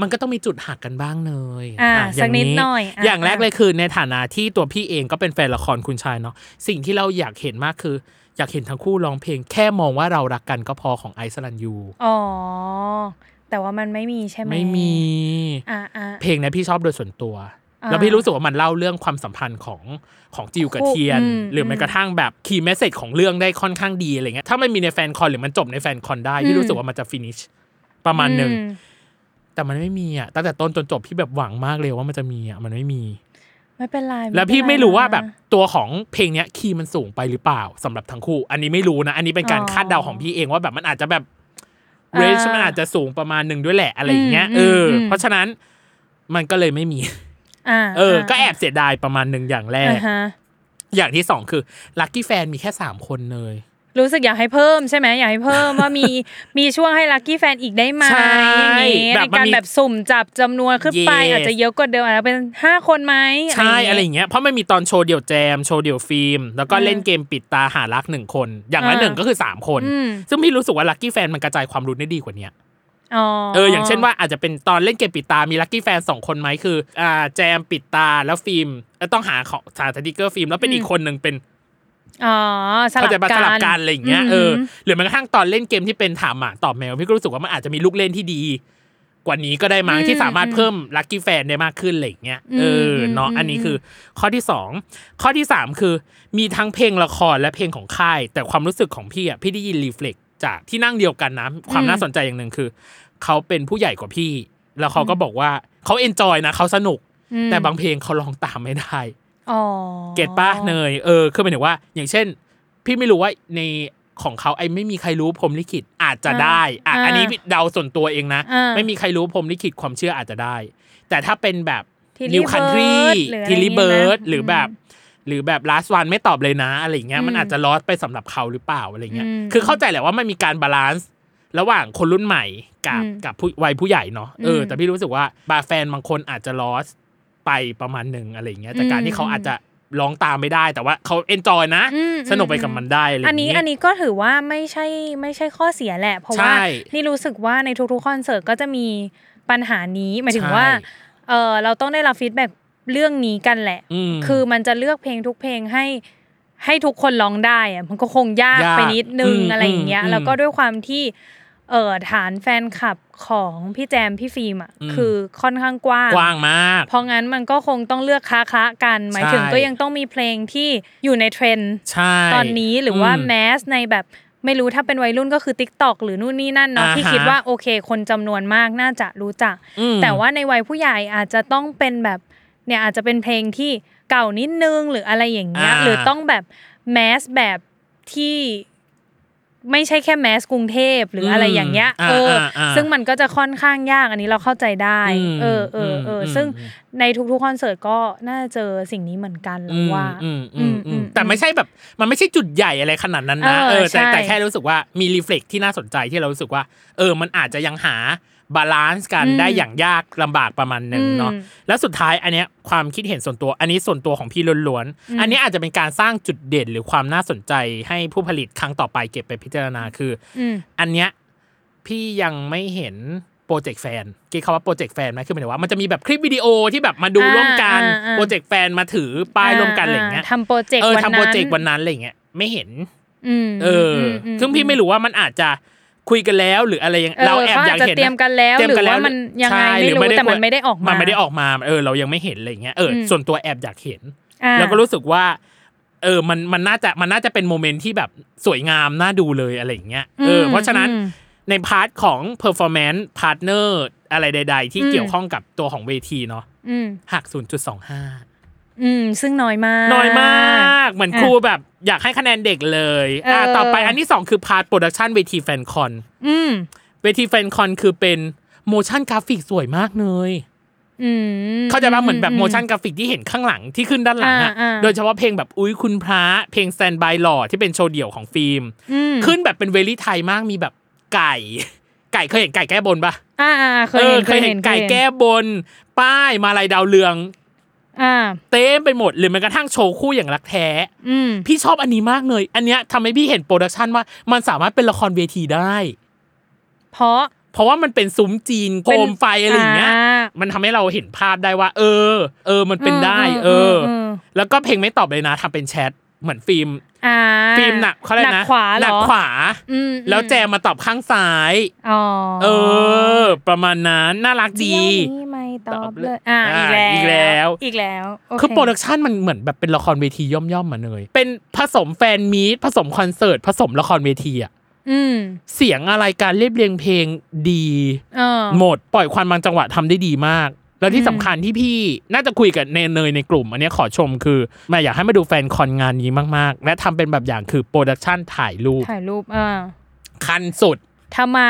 [SPEAKER 3] มันก็ต้องมีจุดหักกันบ้างเนย
[SPEAKER 4] อ่า
[SPEAKER 3] ะ
[SPEAKER 4] สักนิดหน่อยอ่ะ
[SPEAKER 3] อย่างแรก
[SPEAKER 4] อ่ะ
[SPEAKER 3] เลยคือในฐานะที่ตัวพี่เองก็เป็นแฟนละครคุณชายเนาะสิ่งที่เราอยากเห็นมากคือ อยากเห็นทั้งคู่ร้องเพลง แค่มองว่าเรารักกันก็พอของไอซ์ลันยู
[SPEAKER 4] อ๋อ แต่ว่ามันไม่มีใช่ไหม
[SPEAKER 3] ไม่มี
[SPEAKER 4] อ่ะอ่ะ
[SPEAKER 3] เพลงเนี้ยพี่ชอบโดยส่วนตัว
[SPEAKER 4] อ่า
[SPEAKER 3] แล้วพี่รู้สึกว่ามันเล่าเรื่องความสัมพันธ์ของของจิวกับ
[SPEAKER 4] คู่
[SPEAKER 3] เทียน
[SPEAKER 4] อืม
[SPEAKER 3] หรือแม้กระทั่งแบบคีย์เมสเซจของเรื่องได้ค่อนข้างดีอะไรเงี้ยถ้ามันมีในแฟนคอนหรือมันจบในแฟนคอนได้พี่รู้สึกว่ามันจะฟินิชประมาณหนึ่ง
[SPEAKER 4] อืม
[SPEAKER 3] แต่มันไม่มีอ่ะตั้งแต่ต้นจนจบพี่แบบหวังมากเลยว่ามันจะมีอ่ะมันไม่มี
[SPEAKER 4] ไม่เป็นไร
[SPEAKER 3] แล้วพี่
[SPEAKER 4] เป็น
[SPEAKER 3] ไม่รู้ว่า
[SPEAKER 4] นะ
[SPEAKER 3] แบบตัวของเพลงเนี้ยคีย์มันสูงไปหรือเปล่าสำหรับทั้งคู่ อันนี้ไม่รู้นะ อันนี้เป็นการ
[SPEAKER 4] อ๋อ
[SPEAKER 3] คาดเดาของพี่เองว่าแบบมันอาจจะแบบ
[SPEAKER 4] อ่า
[SPEAKER 3] เรนจ์มันอาจจะสูงประมาณหนึ่งด้วยแหละอะไรอย่างเงี้ย
[SPEAKER 4] อื
[SPEAKER 3] เออ
[SPEAKER 4] ม
[SPEAKER 3] อ
[SPEAKER 4] ม
[SPEAKER 3] เพราะฉะนั้นมันก็เลยไม่มี
[SPEAKER 4] อ่ะ
[SPEAKER 3] เออ
[SPEAKER 4] ะ
[SPEAKER 3] ก็แอบเสียดายประมาณหนึ่งอย่างแรก
[SPEAKER 4] อ่ะฮะ
[SPEAKER 3] อย่างที่สองคือลัคกี้แฟนมีแค่สามคนเลย
[SPEAKER 4] รู้สึกอยากให้เพิ่มใช่ไหมอยากให้เพิ่ม ว่ามี มีช่วงให้ลัคกี้แฟนอีกได้ไหม
[SPEAKER 3] ใช่
[SPEAKER 4] อย่างงี้
[SPEAKER 3] แบ
[SPEAKER 4] ใน
[SPEAKER 3] บมัน
[SPEAKER 4] การ
[SPEAKER 3] มี
[SPEAKER 4] แบบสุ่มจับจำนวนขึ้นไป
[SPEAKER 3] Yes
[SPEAKER 4] อาจจะเยอะกว่าเดิมอาจจะเป็นห้าคนไหม
[SPEAKER 3] ใช่อะไรอ
[SPEAKER 4] อย่างเงี้ย
[SPEAKER 3] ย่างเงี้ยเพราะมันมีตอนโชว์เดี่ยวแจม โชว์เดี่ยวฟิล์ม แล้วก็เล่นเกมปิดตาหารักหนึ่งคน อย่างละ
[SPEAKER 4] อ่า
[SPEAKER 3] หนึ่งก็คือสามคน
[SPEAKER 4] อืม
[SPEAKER 3] ซึ่งพี่รู้สึกว่าลัคกี้แฟนมันกระจายความรู้ได้ดีกว่าเนี้ย
[SPEAKER 4] อ๋อ
[SPEAKER 3] เอออย่างเช่นว่าอาจจะเป็นตอนเล่นเกมปิดตา มีลัคกี้แฟนสองคนไหมคืออ่าแจมปิดตาแล้วฟิล์มเอ่อต้องหาของสาสติกเกอร์ฟิล์มแล้วเป็นอีกคนหนึ่งเป็น
[SPEAKER 4] อ๋อสลั
[SPEAKER 3] เขา
[SPEAKER 4] บ
[SPEAKER 3] ใจะมา
[SPEAKER 4] กั
[SPEAKER 3] ส
[SPEAKER 4] น
[SPEAKER 3] ลับกันอะไรอย่างเงี้ยเออหรือแม้กระทั่งตอนเล่นเกมที่เป็นถามหมาตอบแมวพี่ก็รู้สึกว่ามันอาจจะมีลูกเล่นที่ดี กว่านี้ก็ได้มั้งที่สามารถเพิ่มลัคกี้แฟนได้มากขึ้นอะไรอย่างเงี้ยเออเนาะอันนี้คือข้อที่สองข้อที่สามคือมีทั้งเพลงละครและเพลงของค่าย แต่ความรู้สึกของพี่อ่ะพี่ได้ยินรีเฟล็กจากที่นั่งเดียวกันนะความน่าสนใจอย่างหนึ่งคือ เขาเป็นผู้ใหญ่กว่าพี่ แล้วเขาก็บอกว่าเขาเอนจอยนะเขาสนุก แต่บางเพลงเขาร้องตามไม่ได้
[SPEAKER 4] อ๋อ
[SPEAKER 3] เก็ตป้าเนยเออคือหมายถึงว่า อย่างเช่น พี่ไม่รู้ว่าในของเขาไอ้ไม่มีใครรู้พรหมลิขิตอาจจะได้อ่ะ
[SPEAKER 4] อ่า
[SPEAKER 3] อันนี้เดาส่วนตัวเองนะ
[SPEAKER 4] อ่า
[SPEAKER 3] ไม่มีใครรู้พรหมลิขิตความเชื่ออาจจะได้ แต่ถ้าเป็นแบบ
[SPEAKER 4] Tilly
[SPEAKER 3] New Country
[SPEAKER 4] Bird หรืออะไร
[SPEAKER 3] ทิลิ
[SPEAKER 4] อย่างเงี้ยนะ
[SPEAKER 3] เบิร์ดหรืออ
[SPEAKER 4] ม
[SPEAKER 3] แบบ หรือแบบ last one ไม่ตอบเลยนะอะไรอย่างเงี้ยมัน
[SPEAKER 4] อืม
[SPEAKER 3] อาจจะลอสไปสำหรับเขาหรือเปล่าอะไรเงี้ย
[SPEAKER 4] อืม
[SPEAKER 3] คือเข้าใจแหละว่ามันมีการบาลานซ์ระหว่างคนรุ่นใหม่กับ
[SPEAKER 4] อืม
[SPEAKER 3] กับผู้วัยผู้ใหญ่เนาะเอออ
[SPEAKER 4] ม
[SPEAKER 3] แต่พี่รู้สึกว่าบาร์แฟนบางคนอาจจะลอส ไปประมาณหนึ่งอะไรอย่างเงี้ยจากการที่เขาอาจจะร้องตามไม่ได้ แต่ว่าเขาเอนจอยนะ
[SPEAKER 4] อืม
[SPEAKER 3] สนุกไปกับมันได้อะไรอ
[SPEAKER 4] อั
[SPEAKER 3] ย่า
[SPEAKER 4] น
[SPEAKER 3] ง
[SPEAKER 4] นี้
[SPEAKER 3] งี้
[SPEAKER 4] อันนี้ก็ถือว่าไม่ใช่ไม่ใช่ข้อเสียแหละ เพราะว่า
[SPEAKER 3] ใช่
[SPEAKER 4] นี่รู้สึกว่าในทุกๆคอนเสิร์ตก็จะมีปัญหานี้หมายถึง
[SPEAKER 3] ใช่
[SPEAKER 4] ว่าเออเราต้องได้รับฟีดแบ็เรื่องนี้กันแหละ
[SPEAKER 3] อืม
[SPEAKER 4] คือมันจะเลือกเพลงทุกเพลงให้ให้ทุกคนร้องได้อะมันก็คงยาก
[SPEAKER 3] ยาก
[SPEAKER 4] ไปนิดนึง
[SPEAKER 3] อืม
[SPEAKER 4] อะไรอย่างเงี้ย
[SPEAKER 3] อืม
[SPEAKER 4] แล้วก็ด้วยความที่เออฐานแฟนคลับของพี่แจมพี่ฟิล์มอ่ะ
[SPEAKER 3] อืม
[SPEAKER 4] คือค่อนข้างกว้าง
[SPEAKER 3] กว้างมาก
[SPEAKER 4] เพราะงั้นมันก็คงต้องเลือกค้าคละกัน หมายถึง
[SPEAKER 3] ใช่
[SPEAKER 4] ก็ยังต้องมีเพลงที่อยู่ในเทรนด์
[SPEAKER 3] ใช่
[SPEAKER 4] ตอนนี้หรือว่าแม
[SPEAKER 3] ม
[SPEAKER 4] สในแบบไม่รู้ถ้าเป็นวัยรุ่นก็คือ Tik t o อกหรือนู่นนี่นั่นเนาะ
[SPEAKER 3] อ่าฮะ
[SPEAKER 4] ที่คิดว่าโอเค คนจำนวนมากน่าจะรู้จัก
[SPEAKER 3] อืม
[SPEAKER 4] แต่ว่าในวัยผู้ใหญ่อาจจะต้องเป็นแบบเนี่ยอาจจะเป็นเพลงที่เก่านิดนึงหรืออะไรอย่างเงี้ย
[SPEAKER 3] อ่า
[SPEAKER 4] หรือต้องแบบแมสแบบที่ไม่ใช่แค่แมสกรุงเทพหรืออะไรอย่างเงี้ย
[SPEAKER 3] อืม
[SPEAKER 4] เอออา
[SPEAKER 3] อ่าอ่า
[SPEAKER 4] ซึ่งมันก็จะค่อนข้างยากอันนี้เราเข้าใจได้
[SPEAKER 3] อืม
[SPEAKER 4] เออเออเอออ
[SPEAKER 3] ม
[SPEAKER 4] ซึ่ง
[SPEAKER 3] อืม
[SPEAKER 4] ในทุกๆคอนเสิร์ตก็น่าจะเจอสิ่งนี้เหมือนกันเรา
[SPEAKER 3] อืม
[SPEAKER 4] ว่า
[SPEAKER 3] อืมอืม
[SPEAKER 4] อื
[SPEAKER 3] อื
[SPEAKER 4] ม
[SPEAKER 3] มแต่ไม่ใช่แบบมันไม่ใช่จุดใหญ่อะไรขนาดนั้นนะ
[SPEAKER 4] เออ
[SPEAKER 3] เออแต่
[SPEAKER 4] ใช่
[SPEAKER 3] แต่แค่รู้สึกว่ามีรีเฟล็กที่น่าสนใจที่เรารู้สึกว่า เออมันอาจจะยังหาบาลานซ์กัน
[SPEAKER 4] อืม
[SPEAKER 3] ได้อย่างยากลำบากประมาณหนึ่งเนาะ
[SPEAKER 4] อืม
[SPEAKER 3] แล้วสุดท้ายอันเนี้ยความคิดเห็นส่วนตัว อันนี้ส่วนตัวของพี่ล้วนๆอันเนี้ยอาจจะเป็นการสร้างจุดเด่นหรือความน่าสนใจให้ผู้ผลิตครั้งต่อไปเก็บไปพิจารณาคืออ
[SPEAKER 4] อืม
[SPEAKER 3] อันเนี้ยพี่ยังไม่เห็นโปรเจกต์แฟนคิดคำว่าโปรเจกต์แฟนไหมคือหมายถึงว่ามันจะมีแบบคลิปวิดีโอที่แบบมาดูร่วมกัน
[SPEAKER 4] อ่าอ่าอ่า
[SPEAKER 3] โปรเจกต์แฟนมาถือ ป้ายร่วมกันอะไรอย่างเงี้ย
[SPEAKER 4] ทำโปรเจกต์
[SPEAKER 3] เออ
[SPEAKER 4] วันนั้น
[SPEAKER 3] ทำโปรเจกต์วันนั้นอะไรอย่างเงี้ยไม่เห็น
[SPEAKER 4] อืม
[SPEAKER 3] เอออ
[SPEAKER 4] มอืม
[SPEAKER 3] ซึ่งพี่ไม่รู้ว่ามันอาจจะคุยกันแล้วหรืออะไรยัง
[SPEAKER 4] เออ
[SPEAKER 3] เราแอบอยาก
[SPEAKER 4] ขจ
[SPEAKER 3] เห็น
[SPEAKER 4] จะเตรียมกันแล้ว
[SPEAKER 3] เตรีย
[SPEAKER 4] ห
[SPEAKER 3] ม
[SPEAKER 4] รือ
[SPEAKER 3] กันแล้ว
[SPEAKER 4] ว่ามันยังไง
[SPEAKER 3] ใช่
[SPEAKER 4] ไม่
[SPEAKER 3] หอ
[SPEAKER 4] รู้แต่มันไม่ได้ออกมา
[SPEAKER 3] นไม่ได้ออกมาเออเรายังไม่เห็นอะไรอย่างเงี้ยเอออ
[SPEAKER 4] ม
[SPEAKER 3] ส่วนตัวแอบอยากเห็น
[SPEAKER 4] อ่า
[SPEAKER 3] แล้วก็รู้สึกว่า เออ มัน มันน่าจะ มันน่าจะเป็นโมเมนต์ที่แบบสวยงาม น่าดูเลยอะไรอย่างเงี้ย เออ
[SPEAKER 4] อืม
[SPEAKER 3] เพราะฉะนั้น
[SPEAKER 4] อืม
[SPEAKER 3] ในพาร์ทของ performance partner อะไรใด ๆ ที่
[SPEAKER 4] อืม
[SPEAKER 3] เกี่ยวข้องกับตัวของเวทีเนาะ
[SPEAKER 4] อืม
[SPEAKER 3] หัก 0.25
[SPEAKER 4] อืมซึ่งน้อยมาก
[SPEAKER 3] น้อยมาก เหมือนครูแบบอยากให้คะแนนเด็กเลย อ่ะ
[SPEAKER 4] เออ
[SPEAKER 3] ต่อไปอันที่สองคือพาร์ทโปรดักชันเวทีแฟนคอน
[SPEAKER 4] อืม
[SPEAKER 3] เวทีแฟนคอนคือเป็นโมชั่นกราฟิกสวยมากเนย
[SPEAKER 4] อืม
[SPEAKER 3] เขาใจะมาเหมือนแบบโมชั่นกราฟิกที่เห็นข้างหลังที่ขึ้นด้านหลังอะ
[SPEAKER 4] อ่าอ่า
[SPEAKER 3] โดยเฉพาะเพลงแบบอุ้ยคุณพระเพลงแซนบายหล่อที่เป็นโชว์เดี่ยวของฟิล์ม
[SPEAKER 4] อืม
[SPEAKER 3] ขึ้นแบบเป็นเวลี่ไทยมากมีแบบไก่ ไก่เคยเห็นไก่แก้บนปะ
[SPEAKER 4] อ่าอ่าเคย
[SPEAKER 3] ออ
[SPEAKER 4] เห็น
[SPEAKER 3] เคยเห็นไก่
[SPEAKER 4] คยเห็น
[SPEAKER 3] แก้บน ป้ายมาลายดาวเรือง
[SPEAKER 4] อ่า
[SPEAKER 3] เต็มไปหมดหรือแม้กระทั่งโชว์คู่อย่างรักแท้
[SPEAKER 4] อืม
[SPEAKER 3] พี่ชอบอันนี้มากเลย อันเนี้ยทำให้พี่เห็นโปรดักชันว่ามันสามารถเป็นละครเวทีได้
[SPEAKER 4] เพราะ
[SPEAKER 3] เพราะว่ามันเป็นซุ้มจีนโค
[SPEAKER 4] เป็น
[SPEAKER 3] มไฟอะไรอย่างเงี้ย
[SPEAKER 4] อ่า
[SPEAKER 3] มันทำให้เราเห็นภาพได้ว่า เออ เออ มันเป็นได้
[SPEAKER 4] เอ
[SPEAKER 3] เอ
[SPEAKER 4] อ
[SPEAKER 3] อ
[SPEAKER 4] เออเออ
[SPEAKER 3] แล้วก็เพลงไม่ตอบเลยนะทำเป็นแชทเหมือนฟิล์ม
[SPEAKER 4] อ่า
[SPEAKER 3] ฟิล์มหนักเขาเลยกนะ
[SPEAKER 4] หนักขวาเหรอ
[SPEAKER 3] หนักขวา
[SPEAKER 4] อืม
[SPEAKER 3] แล้วแจมมาตอบข้างซ้าย
[SPEAKER 4] อ๋อ
[SPEAKER 3] เออ ประมาณนั้นน่ารักดี
[SPEAKER 4] เยวนี้ไม่ตอบเลยอ่า
[SPEAKER 3] อ่า
[SPEAKER 4] อีก
[SPEAKER 3] อีกแล้
[SPEAKER 4] แล้ว
[SPEAKER 3] ว
[SPEAKER 4] อีกแล้วโเ
[SPEAKER 3] คือโปรดักชันมันเหมือนแบบเป็นละครเวทีย่อมๆมาเลย เป็นผสมแฟนมีตผสมคอนเสิร์ตผสมละครเวทีอะ
[SPEAKER 4] อืม
[SPEAKER 3] เสียงอะไรการเรียบเรียงเพลงดี
[SPEAKER 4] เออ
[SPEAKER 3] หมด ปล่อยควันบางจังหวะทำได้ดีมาก แล้วที่
[SPEAKER 4] อืม
[SPEAKER 3] สำคัญที่พี่น่าจะคุยกับเนเนยในกลุ่ม อันเนี้ยขอชมคือมาอยากให้มาดูแฟนคอนงานนี้มากๆ และทำเป็นแบบอย่างคือโปรดักชันถ่ายรูป
[SPEAKER 4] ถ่ายรูปอ่า
[SPEAKER 3] คันสุด
[SPEAKER 4] ทำไม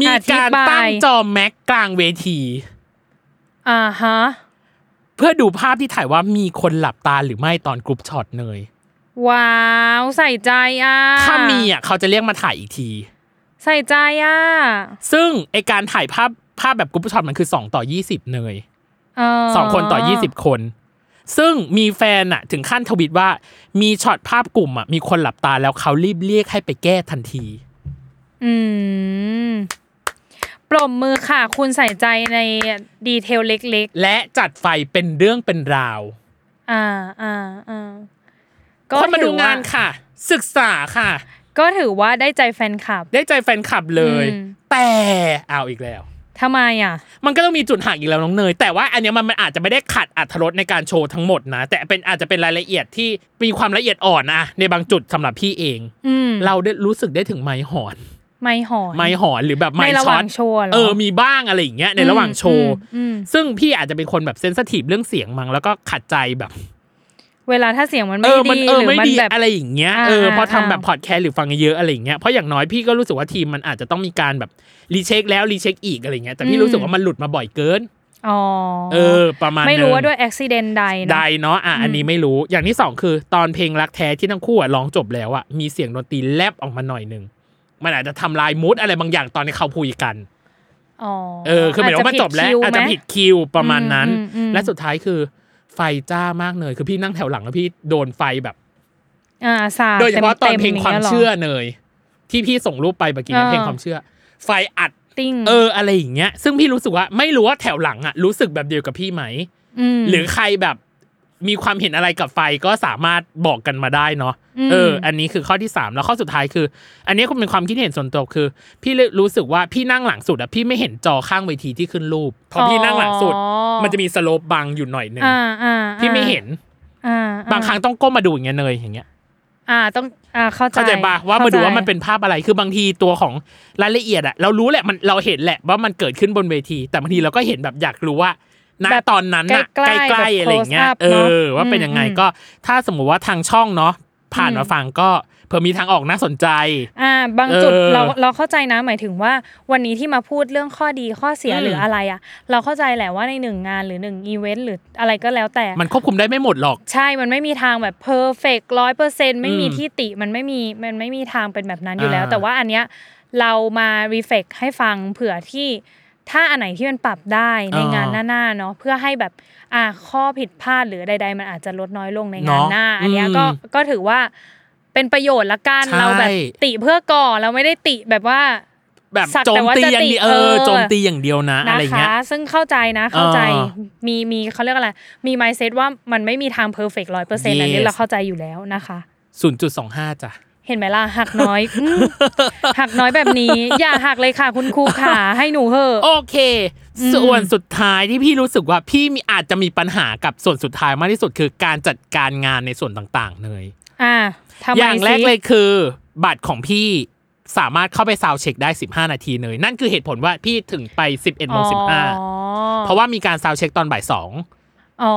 [SPEAKER 3] มีการตั้งจ
[SPEAKER 4] อธิบย
[SPEAKER 3] อแม็กกลางเวที
[SPEAKER 4] อ่าฮะ
[SPEAKER 3] เพื่อดูภาพที่ถ่ายว่ามีคนหลับตาหรือไม่ตอนกรุ๊ปช็อตเนย
[SPEAKER 4] ว้าวใส่ใจอ่ะ
[SPEAKER 3] ถ้ามีอ่ะเขาจะเรียกมาถ่ายอีกที
[SPEAKER 4] ใส่ใจอ่ะ
[SPEAKER 3] ซึ่งไอการถ่ายภาพภาพแบบกรุ๊ปช็อตมันคือ 2 ต่อ 20 เนย
[SPEAKER 4] เ
[SPEAKER 3] สองคนต่อยี่สิบคน ซึ่งมีแฟนอะถึงขั้นทวิตว่า มีช็อตภาพกลุ่มอะมีคนหลับตาแล้วเขารีบเรียกให้ไปแก้ทันที
[SPEAKER 4] อืมปรบมือค่ะ คุณใส่ใจในดีเทลเล็ก
[SPEAKER 3] และจัดไฟเป็นเรื่องเป็นราว
[SPEAKER 4] ๆ อ่าอ่าอ่า
[SPEAKER 3] คนมาดูงาน
[SPEAKER 4] ถือว่
[SPEAKER 3] ค่ะ ศึกษาค่ะ
[SPEAKER 4] ก็ถือว่าได้ใจแฟนคลับ
[SPEAKER 3] ได้ใจแฟนคลับเลย
[SPEAKER 4] อืม
[SPEAKER 3] แต่เอาอีกแล้ว
[SPEAKER 4] ทำไมอ่ะ
[SPEAKER 3] มันก็ต้องมีจุดหักอีกแล้วน้องเนย แต่ว่าอันเนี้ยมันมันอาจจะไม่ได้ขัดอัธรสในการโชว์ทั้งหมดนะ แต่เป็นอาจจะเป็นรายละเอียดที่มีความละเอียดอ่อนนะในบางจุดสำหรับพี่เอง
[SPEAKER 4] อืม
[SPEAKER 3] เราได้รู้สึกได้ถึงไม้หอน
[SPEAKER 4] ไม่หอน
[SPEAKER 3] ไม้หอนหรือแบบไม้
[SPEAKER 4] ในระ
[SPEAKER 3] ช็อ
[SPEAKER 4] หว่าง
[SPEAKER 3] ต
[SPEAKER 4] โชว์เหรอ
[SPEAKER 3] เออมีบ้างอะไรอย่างเงี้ยในระหว่างโชว์
[SPEAKER 4] อืมอืม
[SPEAKER 3] ซึ่งพี่อาจจะเป็นคนแบบเซนสทีฟเรื่องเสียงมั้งแล้วก็ขัดใจแบบ
[SPEAKER 4] เวลาถ้าเสียงมัน
[SPEAKER 3] เออ
[SPEAKER 4] ไม่
[SPEAKER 3] มัน
[SPEAKER 4] ดี
[SPEAKER 3] เออ
[SPEAKER 4] หรือ
[SPEAKER 3] ไม่
[SPEAKER 4] มัน
[SPEAKER 3] ดี
[SPEAKER 4] แบบ
[SPEAKER 3] อะไรอย่างเงี้ย
[SPEAKER 4] อ่า
[SPEAKER 3] เออ
[SPEAKER 4] อ่า
[SPEAKER 3] พอทำ
[SPEAKER 4] อ่า
[SPEAKER 3] แบบพอดแคสต์หรือฟังเยอะอะไรอย่างเงี้ยเพราะอย่างน้อยพี่ก็รู้สึกว่าทีมมันอาจจะต้องมีการแบบรีเช็คแล้วรีเช็คอีกอะไรเงี้ยแต่พี่รู้สึกว่ามันหลุดมาบ่อยเกิน
[SPEAKER 4] อ๋อ
[SPEAKER 3] เออ ประมาณ
[SPEAKER 4] ไม่รู้
[SPEAKER 3] นึง
[SPEAKER 4] ว่าด้วยอุบิเหตุใดนะ
[SPEAKER 3] ใดเนาะอ่ะอันนี้ไม่รู้อย่างที่สองคือตอนเพลงรักแท้ที่ทั้งคู่อ่ะร้องจบแล้วอ่ะมีเสียงดนตรีแลบออกมาหน่อยหนึงมันอาจจะทำลายมูดอะไรบางอย่างตอนที่เขาคุยกัน
[SPEAKER 4] อ๋อ
[SPEAKER 3] เออคือหมายถึงว่ามันจบแล้วอาจจะ
[SPEAKER 4] ไหม
[SPEAKER 3] ผิดคิวประมาณนั้น
[SPEAKER 4] อืมอืมอืม
[SPEAKER 3] และสุดท้ายคือไฟจ้ามากเลย คือพี่นั่งแถวหลังแล้วพี่โดนไฟแบบ
[SPEAKER 4] อ่าสาด
[SPEAKER 3] โดยเฉพาะตอนเพลง
[SPEAKER 4] ต็ๆ
[SPEAKER 3] ความ
[SPEAKER 4] ย่
[SPEAKER 3] เชื่อ
[SPEAKER 4] หร
[SPEAKER 3] เนยที่พี่ส่งรูปไปเมื่อกี้เนี่ย
[SPEAKER 4] เออ
[SPEAKER 3] เพลงความเชื่อ ไฟอัด
[SPEAKER 4] ติ้ง
[SPEAKER 3] เอออะไรอย่างเงี้ย ซึ่งพี่รู้สึกว่าไม่รู้ว่าแถวหลังอ่ะรู้สึกแบบเดียวกับพี่ไหม
[SPEAKER 4] ม
[SPEAKER 3] หรือใครแบบมีความเห็นอะไรกับไฟก็สามารถบอกกันมาได้เนาะ
[SPEAKER 4] อืม
[SPEAKER 3] เออ อันนี้คือข้อที่ 3 แล้วข้อสุดท้ายคือ อันนี้คุณเป็นความคิดเห็นส่วนตัวคือ พี่รู้สึกว่าพี่นั่งหลังสุดอะพี่ไม่เห็นจอข้างเวทีที่ขึ้นรูปเพราะพี่นั่งหลังสุด
[SPEAKER 4] อ๋อ
[SPEAKER 3] มันจะมีสโลปบังอยู่หน่อยหนึ่ง
[SPEAKER 4] อ่าอ่า
[SPEAKER 3] พี่ไม่เห็น
[SPEAKER 4] อ่าอ่
[SPEAKER 3] บางครั้งต้องก้มมาดูอย่างเงี้ยเนยอย่างเงี้ย
[SPEAKER 4] อ่าต้องอ่าเข้าใจ
[SPEAKER 3] เข้าใจปะว่ามาดูว่า
[SPEAKER 4] ข้ใจ
[SPEAKER 3] มันเป็นภาพอะไรคือบางทีตัวของรายละเอียดอะเรารู้แหละมันเราเห็นแหละว่ามันเกิดขึ้นบนเวที แต่บางทีเราก็เห็นแบบอยากรู้ว่าณตอนนั้นอะ
[SPEAKER 4] ใกล้ๆ
[SPEAKER 3] ใกล้ๆ
[SPEAKER 4] แบบ
[SPEAKER 3] อะไรอย่างเงี้ย
[SPEAKER 4] close up
[SPEAKER 3] เอ
[SPEAKER 4] นะ
[SPEAKER 3] อ ว่าเป็นยังไงก็ถ้าสมมุติว่าทางช่องเนาะผ่านมาฟังก็เผื่อมีทางออกน่าสนใจ
[SPEAKER 4] อ่าบางจุด
[SPEAKER 3] เออ
[SPEAKER 4] เราเราเข้าใจนะหมายถึงว่าวันนี้ที่มาพูดเรื่องข้อดีข้อเสีย
[SPEAKER 3] อืม
[SPEAKER 4] หรืออะไรอ่ะ เราเข้าใจแหละว่าในหนึ่งงานหรือหนึ่งอีเวนต์หรืออะไรก็แล้วแต่
[SPEAKER 3] มันควบคุมได้ไม่หมดหรอก
[SPEAKER 4] ใช่ มันไม่มีทางแบบเพอร์เฟกร้อยเปอร์เซ็นไม่มี
[SPEAKER 3] อืม
[SPEAKER 4] ที่ติ มันไม่มี มันไม่มีทางเป็นแบบนั้นอยู่แล้ว
[SPEAKER 3] อ่า
[SPEAKER 4] แต่ว่าอันเนี้ยเรามารีเฟกให้ฟังเผื่อที่ถ้าอันไหนที่มันปรับได้ใน
[SPEAKER 3] อ่าง
[SPEAKER 4] งานหน้าๆเนาะเพื่อให้แบบอ่าข้อผิดพลาดหรือใด ๆ มันอาจจะลดน้อยลงในงาน
[SPEAKER 3] เนาะ
[SPEAKER 4] หน้า อันเนี้ยก็
[SPEAKER 3] อืม
[SPEAKER 4] ก็ถือว่าเป็นประโยชน์ละกัน
[SPEAKER 3] ใช่
[SPEAKER 4] เราแบบติเพื่อก่อเราไม่ได้ติแบบว่า
[SPEAKER 3] แบบ
[SPEAKER 4] สัก
[SPEAKER 3] โจ
[SPEAKER 4] แต่
[SPEAKER 3] ม
[SPEAKER 4] ว่า
[SPEAKER 3] ตี
[SPEAKER 4] จะ
[SPEAKER 3] อย่าง
[SPEAKER 4] ติ
[SPEAKER 3] เดียวเอ
[SPEAKER 4] เอ
[SPEAKER 3] อ
[SPEAKER 4] อ
[SPEAKER 3] โจมตีอย่างเดียวนะ
[SPEAKER 4] นะ
[SPEAKER 3] อะไรอย่าง
[SPEAKER 4] คะ
[SPEAKER 3] เงี้ย
[SPEAKER 4] ซึ่งเข้าใจนะเข้าใจ
[SPEAKER 3] อ่า
[SPEAKER 4] มีมีเขาเรียกอะไร มีไมเซ็ตว่ามันไม่มีทางเพอร์เฟกร้อยเปอร์เซ็นต์อันนี้
[SPEAKER 3] Yes
[SPEAKER 4] เราเข้าใจอยู่แล้วนะคะ
[SPEAKER 3] ศูนย์จุดสองห้าจ้ะ
[SPEAKER 4] เห็นไหมล่ะหักน้อยอื มหักน้อยแบบนี้ อย่าหักเลยค่ะ คุณครูขาให้หนูเหอะ
[SPEAKER 3] โอเค ส่วนสุดท้ายที่พี่รู้สึกว่าพี่มีอาจจะมีปัญหากับส่วนสุดท้ายมากที่สุดคือการจัดการงานในส่วนต่างๆเลย
[SPEAKER 4] อ่าทำไม
[SPEAKER 3] อย่างแรก
[SPEAKER 4] สิ
[SPEAKER 3] เลยคือ บัตรของพี่สามารถเข้าไปซาวด์เช็คได้ 15 นาทีเลย นั่นคือเหตุผลว่าพี่ถึงไป 11โมง
[SPEAKER 4] อ๋อ
[SPEAKER 3] 15 เพราะว่ามีการซาวด์เช็คตอนบ่าย 2
[SPEAKER 4] อ๋อ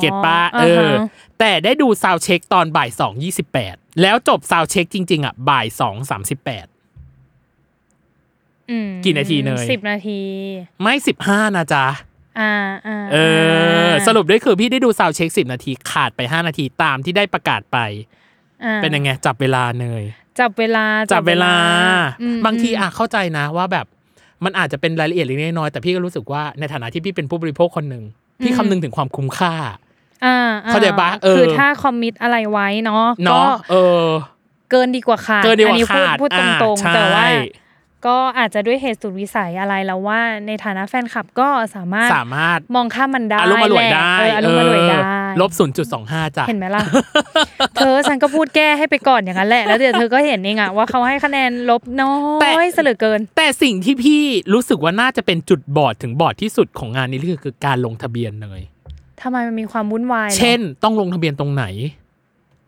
[SPEAKER 3] เก็ตป้าเออ
[SPEAKER 4] ฮะ
[SPEAKER 3] แต่ได้ดูซาวด์เช็คตอนบ่าย 2 28 แล้วจบซาวด์เช็คจริง ๆ อ่ะบ่าย 2 38
[SPEAKER 4] อืม
[SPEAKER 3] กี่นาทีเนย
[SPEAKER 4] สิบนาที
[SPEAKER 3] ไม่สิบห้านะจ๊ะ
[SPEAKER 4] อ่าอ่า
[SPEAKER 3] เออ สรุปด้วยคือพี่ได้ดูซาวเช็คสิบนาทีขาดไปห้านาทีตามที่ได้ประกาศไป
[SPEAKER 4] อ่า
[SPEAKER 3] เป็นยังไง จับเวลาเนย
[SPEAKER 4] จับเวลา
[SPEAKER 3] จับเวลา
[SPEAKER 4] อืม
[SPEAKER 3] บางที
[SPEAKER 4] อืม
[SPEAKER 3] อ่ะเข้าใจนะว่าแบบมันอาจจะเป็นรายละเอียดเล็กๆน้อยๆแต่พี่ก็รู้สึกว่าในฐานะที่พี่เป็นผู้บริโภคคนหนึ่งพี่คำนึงถึงความคุ้มค่า
[SPEAKER 4] อ่าอ่
[SPEAKER 3] เข้าใจปะเออ
[SPEAKER 4] คือถ้าคอมมิตอะไรไว้เนาะ
[SPEAKER 3] เนาะ
[SPEAKER 4] ก็
[SPEAKER 3] เออ
[SPEAKER 4] เกินดีกว่าขาด
[SPEAKER 3] เกินดีกว่า
[SPEAKER 4] อัพูด
[SPEAKER 3] ขาด
[SPEAKER 4] พูดต
[SPEAKER 3] อ่า
[SPEAKER 4] รง
[SPEAKER 3] ใช่
[SPEAKER 4] ๆ แต่ว่า ก็อาจจะด้วยเหตุสุดวิสัยอะไรแล้วว่า ในฐานะแฟนคลับก็สามารถ
[SPEAKER 3] สามารถ
[SPEAKER 4] มองข้ามมันได้
[SPEAKER 3] อารมณ์มารวย
[SPEAKER 4] แหละ
[SPEAKER 3] ได้
[SPEAKER 4] เอออารมณ์มารวยได้
[SPEAKER 3] เออลบศูนย์จุดสองห้าจ้ะ
[SPEAKER 4] เห็นไหมล่ะ เธอฉันก็พูดแก้ให้ไปก่อนอย่างนั้นแหละ แล้วเดี๋ยวเธอก็เห็นเองอะว่าเขาให้คะแนนลบน้อยเสยเหลือเกิน
[SPEAKER 3] แต่สิ่งที่พี่รู้สึกว่าน่าจะเป็นจุดบอดถึงบอดที่สุดของงานนี้คือคือการลงทะเบียนเลย
[SPEAKER 4] ทำไมมันมีความวุ่นวายหรอ
[SPEAKER 3] เช่น ต้องลงทะเบียนตรงไหน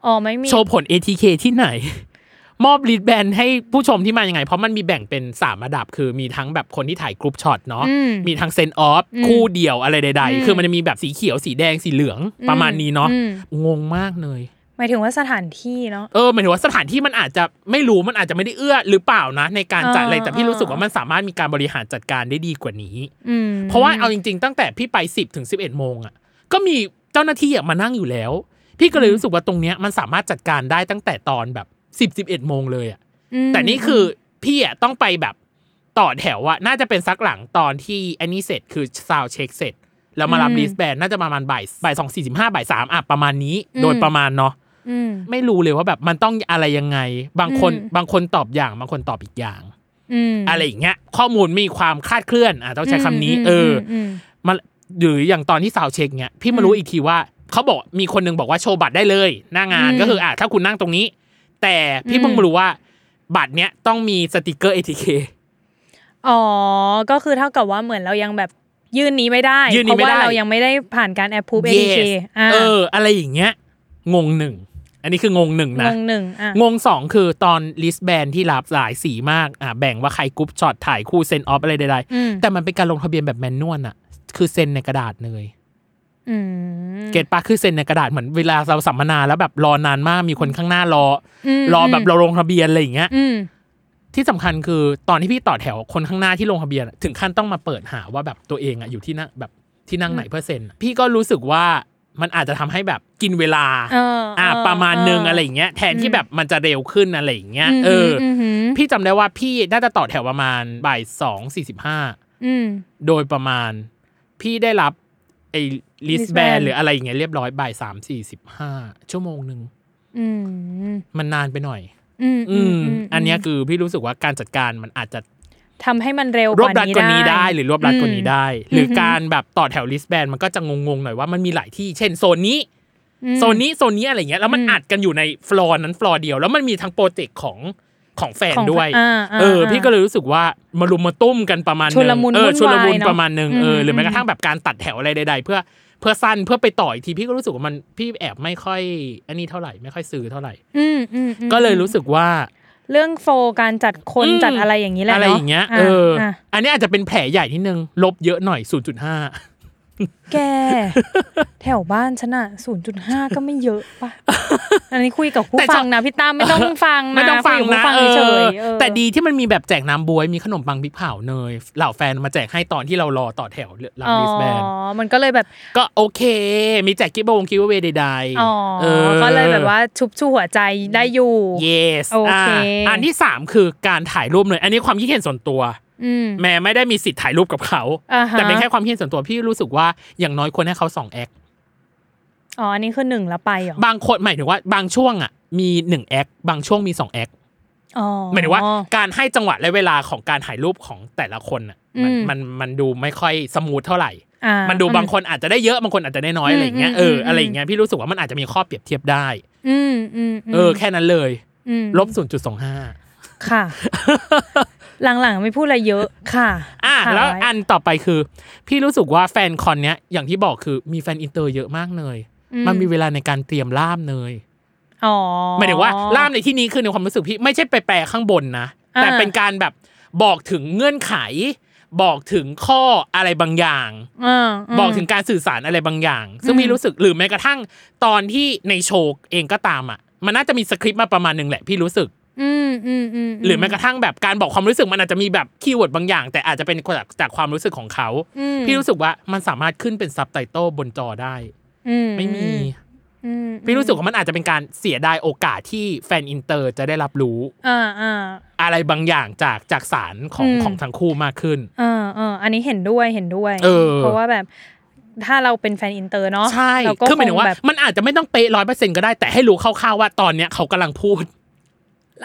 [SPEAKER 4] อ๋อไม่มี
[SPEAKER 3] โชว์ผล ATK ที่ไหน มอบลีดแบนให้ผู้ชมที่มายังไง เพราะมันมีแบ่งเป็นสามระดับ คือมีทั้งแบบคนที่ถ่ายกรุ๊ปช็อตเนาะ
[SPEAKER 4] อืม
[SPEAKER 3] มีทั้งเซนออฟ
[SPEAKER 4] อืม
[SPEAKER 3] คู่เดี่ยวอะไรใด
[SPEAKER 4] อืม
[SPEAKER 3] ๆ คือมันจะมีแบบสีเขียวสีแดงสีเหลือง
[SPEAKER 4] อืม
[SPEAKER 3] ประมาณนี้เนาะ
[SPEAKER 4] อืม
[SPEAKER 3] งงมากเลย
[SPEAKER 4] หมายถึงว่าสถานที่เนาะ
[SPEAKER 3] เออหมายถึงว่าสถานที่มันอาจจะไม่รู้มันอาจจะไม่ได้เอื้อหรือเปล่านะ ในการจัดอะไร
[SPEAKER 4] อ่า
[SPEAKER 3] แต่พี่
[SPEAKER 4] อ่ารู้
[SPEAKER 3] รู้สึกว่ามันสามารถมีการบริหารจัดการได้ดีกว่านี้
[SPEAKER 4] อืม
[SPEAKER 3] เพราะว่าเอาจริงๆ ตั้งแต่พี่ไป 10ถึง11 โมงอ่ะก็มีเจ้าหน้าที่อะมานั่งอยู่แล้ว พี่ก็เลยรู้สึกว่าตรงเนี้ยมันสามารถจัดการได้ตั้งแต่ตอนแบบ 10 11 โมงเลยอ่ะ
[SPEAKER 4] อืม
[SPEAKER 3] แต่นี่คือพี่อ่ะต้องไปแบบต่อแถวอ่ะน่าจะเป็นซักหลังตอนที่อันนี้เสร็จคือซาวเช็คเสร็จ แล้วมารับลิสแบนน่าจะประมาณบ่ายบ่ายสองสี่สิบห้าบ่ายสามอ่ะประมาณนี้ โดยประมาณเนาะ
[SPEAKER 4] อืม
[SPEAKER 3] ไม่รู้เลยว่าแบบมันต้องอะไรยังไง บางคน
[SPEAKER 4] อืม
[SPEAKER 3] บางคนตอบอย่างบางคนตอบอีกอย่าง
[SPEAKER 4] อืม
[SPEAKER 3] อะไรอย่างเงี้ย ข้อมูลมีความคลาดเคลื่อนอ่ะต้องใช้คำนี้
[SPEAKER 4] ม
[SPEAKER 3] เอออ
[SPEAKER 4] ม
[SPEAKER 3] มันหรืออย่างตอนที่สาวเช็คเนี้ยพี่มา
[SPEAKER 4] อืม
[SPEAKER 3] รู้อีกทีว่าเขาบอกมีคนหนึงบอกว่าโชว์บัตรได้เลย หน้างาน
[SPEAKER 4] อืม
[SPEAKER 3] ก็คืออ่ะถ้าคุณนั่งตรงนี้ แต่พี่
[SPEAKER 4] อืม
[SPEAKER 3] เพิ่งมารู้ว่า บัตรเนี้ยต้องมีสติกเกอร์ ATK
[SPEAKER 4] อ๋อ ก็คือเท่ากับว่าเหมือนเรายังแบบยื่นนี้ไม่ได้
[SPEAKER 3] ยื่นนี้
[SPEAKER 4] เพ
[SPEAKER 3] ไม่
[SPEAKER 4] ราะ
[SPEAKER 3] ได้
[SPEAKER 4] ว่าเรายังไม่ได้ผ่านการแอปพูฟเอ
[SPEAKER 3] Yes
[SPEAKER 4] เคอ่า
[SPEAKER 3] เออ อะไรอย่างเงี้ย งงหนึ่ง อันนี้คืองงหนึ่ง
[SPEAKER 4] ง
[SPEAKER 3] นะ
[SPEAKER 4] งหนึ่งอ่ะ
[SPEAKER 3] งงสองคือตอนลิสแบนที่รับหลายสีมากอ่ะแบ่งว่าใครกรุ๊ปช็อตถ่ายคู่เซ็นออฟอะไรใดๆ
[SPEAKER 4] อืม
[SPEAKER 3] แต่มันเป็นการลงทะเบียนแบบแมนนวลอะคือเซ็นในกระดาษเลย
[SPEAKER 4] อืม
[SPEAKER 3] เกตปะคือเซ็นในกระดาษเหมือนเวลาเราสัมมนาแล้วแบบรอนานมากมีคนข้างหน้ารออ
[SPEAKER 4] ม
[SPEAKER 3] รอแบบเราลงทะเบียนอะไรอย่างเงี้ย
[SPEAKER 4] อืม
[SPEAKER 3] ที่สำคัญคือตอนที่พี่ต่อแถวคนข้างหน้าที่ลงทะเบียนอะถึงขั้นต้องมาเปิดหาว่าแบบตัวเองอะอยู่ที่นั่งแบบที่นั่งไหนเพื่อเซ็นอะพี่ก็รู้สึกว่ามันอาจจะทำให้แบบกินเวลา
[SPEAKER 4] เอออ่
[SPEAKER 3] ะประมาณนึง
[SPEAKER 4] เอออ
[SPEAKER 3] อะไรอย่างเงี้ยแทนที่แบบมันจะเร็วขึ้นอะไรอย่างเงี้ย
[SPEAKER 4] ม
[SPEAKER 3] เอออ
[SPEAKER 4] หืม
[SPEAKER 3] พี่จำได้ว่าพี่น่าจะต่อแถวประมาณบ่ายสองสี่สิบห้า
[SPEAKER 4] อืม
[SPEAKER 3] โดยประมาณพี่ได้รับไอ้ลิส
[SPEAKER 4] List
[SPEAKER 3] แบน
[SPEAKER 4] band
[SPEAKER 3] หรืออะไรอย่างเงี้ยเรียบร้อยบ่ายสามสี่สิบห้าชั่วโมงหนึ่ง
[SPEAKER 4] อืม
[SPEAKER 3] มันนานไปหน่อย
[SPEAKER 4] อืม
[SPEAKER 3] อืม อันเนี้ยคือพี่รู้สึกว่าการจัดการมันอาจจะ
[SPEAKER 4] ทำให้มันเร็ว
[SPEAKER 3] รวบรัดกว่านี้ได้ หรือรวบรัดกว่านี้ได้ หรืออ
[SPEAKER 4] ม
[SPEAKER 3] การแบบต่อแถวลิสแบนมันก็จะงงๆหน่อยว่ามันมีหลายที่ เช่นโซนนี้
[SPEAKER 4] อืม
[SPEAKER 3] โซนนี้โซนนี้อะไรเงี้ยแล้วมัน
[SPEAKER 4] อืม
[SPEAKER 3] อัดกันอยู่ในฟลอร์นั้นฟลอร์เดียว แล้วมันมีทั้งโปรเจกต์ของของแฟน
[SPEAKER 4] ของ
[SPEAKER 3] ด้วย
[SPEAKER 4] อ่าอ่า
[SPEAKER 3] เออ
[SPEAKER 4] อ่า
[SPEAKER 3] พี่ก็เลยรู้สึกว่ามารุมมาตุ้มกันประมาณ
[SPEAKER 4] ชุลมุน
[SPEAKER 3] หงเออ
[SPEAKER 4] วุ่นวาย
[SPEAKER 3] ชุลมุน
[SPEAKER 4] เนอะ
[SPEAKER 3] ประมาณหนึงเอออ
[SPEAKER 4] ม
[SPEAKER 3] หรือแม้กระทั่งแบบการตัดแถวอะไรใด ๆ เพื่อเพื่อสั้นเพื่อไปต่ออีกทีพี่ก็รู้สึกว่ามันพี่แอบไม่ค่อย อันนี้เท่าไหร่ไม่ค่อยซื้อเท่าไหร่
[SPEAKER 4] อืมอืมอืม
[SPEAKER 3] ก็เลยรู้สึกว่า
[SPEAKER 4] เรื่องโฟล์การจัดคน
[SPEAKER 3] อืม
[SPEAKER 4] จัดอะไรอย่างนี้แหละ
[SPEAKER 3] อะไร
[SPEAKER 4] เนะ
[SPEAKER 3] อย่างเงี้ย
[SPEAKER 4] ะ
[SPEAKER 3] เอออะ อันนี้อาจจะเป็นแผลใหญ่นิดนึงลบเยอะหน่อย 0.5
[SPEAKER 4] แก แถวบ้านฉันอะศูนย์จุดห้าก็ไม่เยอะป่ะ อันนี้คุยกับผู้
[SPEAKER 3] แต่ชอบ
[SPEAKER 4] ฟังนะพี่ตามไม่ต้องฟังนะ
[SPEAKER 3] ไม่ต้องฟัง
[SPEAKER 4] คุยกับ
[SPEAKER 3] นะ
[SPEAKER 4] ผู้ฟัง
[SPEAKER 3] เออ
[SPEAKER 4] เฉยๆเออ
[SPEAKER 3] แต่ดีที่มันมีแบบแจกน้ำบวยมีขนมปังพริกเผาเนยเหล่าแฟนมาแจกให้ตอนที่เรารอต่อแถวรับลิสแบน
[SPEAKER 4] อ๋อ มันก็เลยแบบ
[SPEAKER 3] ก็โอเค มีแจกกิฟต์วงกิฟต์เวย์ใดๆ
[SPEAKER 4] อ๋อ
[SPEAKER 3] ออ
[SPEAKER 4] ก็เลยแบบว่าชุบชูหัวใจได้อยู่
[SPEAKER 3] yes
[SPEAKER 4] โอเค
[SPEAKER 3] าอันที่สามคือการถ่ายรูปเลย อันนี้ความคิดเห็นส่วนตัว
[SPEAKER 4] อืม
[SPEAKER 3] แม่ไม่ได้มีสิทธิ์ถ่ายรูปกับเขา
[SPEAKER 4] อ่าฮะ
[SPEAKER 3] แต่เป็นแค่ความคิดเห็นส่วนตัวพี่รู้สึกว่าอย่างน้อยควรให้เขาสองแอค
[SPEAKER 4] อ๋อ อันนี้คือหนึ่งแล้วไปเหรอบ
[SPEAKER 3] างคนหมายถึงว่าบางช่วงอ่ะมีหนึ่งแอค บางช่วงมีสองแอค
[SPEAKER 4] อ๋อ
[SPEAKER 3] หมายถึงว่าการให้จังหวะและเวลาของการถ่ายรูปของแต่ละคนอ่ะมัน
[SPEAKER 4] อืม
[SPEAKER 3] มันมันดูไม่ค่อยสมูทเท่าไหร่
[SPEAKER 4] อ่า
[SPEAKER 3] มันดูบางคนอาจจะได้เยอะบางคนอาจจะได้น้อย
[SPEAKER 4] อืม
[SPEAKER 3] อะไรอย่างเงี้ยเอออ
[SPEAKER 4] ม
[SPEAKER 3] อะไรอย่างเงี้ยพี่รู้สึกว่ามันอาจจะมีข้อเปรียบเทียบได้
[SPEAKER 4] อืมอืมม
[SPEAKER 3] เออแค่นั้นเลย
[SPEAKER 4] อืม
[SPEAKER 3] ลบ 0.25
[SPEAKER 4] ค่ะ หลังๆไม่พูดอะไรเยอะ ค่ะ
[SPEAKER 3] อ่ะ
[SPEAKER 4] ค่ะ
[SPEAKER 3] แล้ว
[SPEAKER 4] ไ
[SPEAKER 3] อันต่อไปคือ พี่รู้สึกว่าแฟนคอนเนี้ยอย่างที่บอกคือมีแฟนอินเตอร์เยอะมากเลย มันมีเวลาในการเตรียมล่ามเนย
[SPEAKER 4] อ๋อ
[SPEAKER 3] หมายถึงว่าล่ามในที่นี้คือในความรู้สึกพี่ไม่ใช่ไปแปลข้างบนนะ แต่
[SPEAKER 4] อ่า
[SPEAKER 3] เป็นการแบบบอกถึงเงื่อนไข บอกถึงข้ออะไรบางอย่าง
[SPEAKER 4] อ่าา
[SPEAKER 3] บอกถึงการสื่อสารอะไรบางอย่าง ซึ่งพี่รู้สึกหรือแม้กระทั่งตอนที่ในโชว์เองก็ตามอ่ะ มันน่าจะมีสคริปต์มาประมาณหนึ่งแหละพี่รู้สึก
[SPEAKER 4] อืมอืมอืม
[SPEAKER 3] หรือแม้กระทั่งแบบการบอกความรู้สึกมันอาจจะมีแบบคีย์เวิร์ดบางอย่าง แต่อาจจะเป็นจากจากความรู้สึกของเขา พี่รู้สึกว่ามันสามารถขึ้นเป็นซับไตเติลบนจอได้
[SPEAKER 4] อื
[SPEAKER 3] ไม่มี
[SPEAKER 4] อืม
[SPEAKER 3] พี่รู้สึกว่ามันอาจจะเป็นการเสียดายโอกาสที่แฟนอินเตอร์จะได้รับรู้
[SPEAKER 4] อ่าอ่า
[SPEAKER 3] อะไรบางอย่างจากจากสารของ
[SPEAKER 4] อืม
[SPEAKER 3] ของทั้งคู่มากขึ้น
[SPEAKER 4] อ่าอ่าอันนี้เห็นด้วยเห็นด้วย
[SPEAKER 3] เออ
[SPEAKER 4] ราะว่าแบบถ้าเราเป็นแฟนอินเตอร์เนาะ
[SPEAKER 3] ใช่
[SPEAKER 4] เราก็
[SPEAKER 3] คือหมายถึงว่า
[SPEAKER 4] แบบ
[SPEAKER 3] มันอาจจะไม่ต้องเป๊ะร้อยเปอร์เซ็นก็ได้แต่ให้รู้คร่าวๆว่าตอนเนี้ยเขากำลังพูด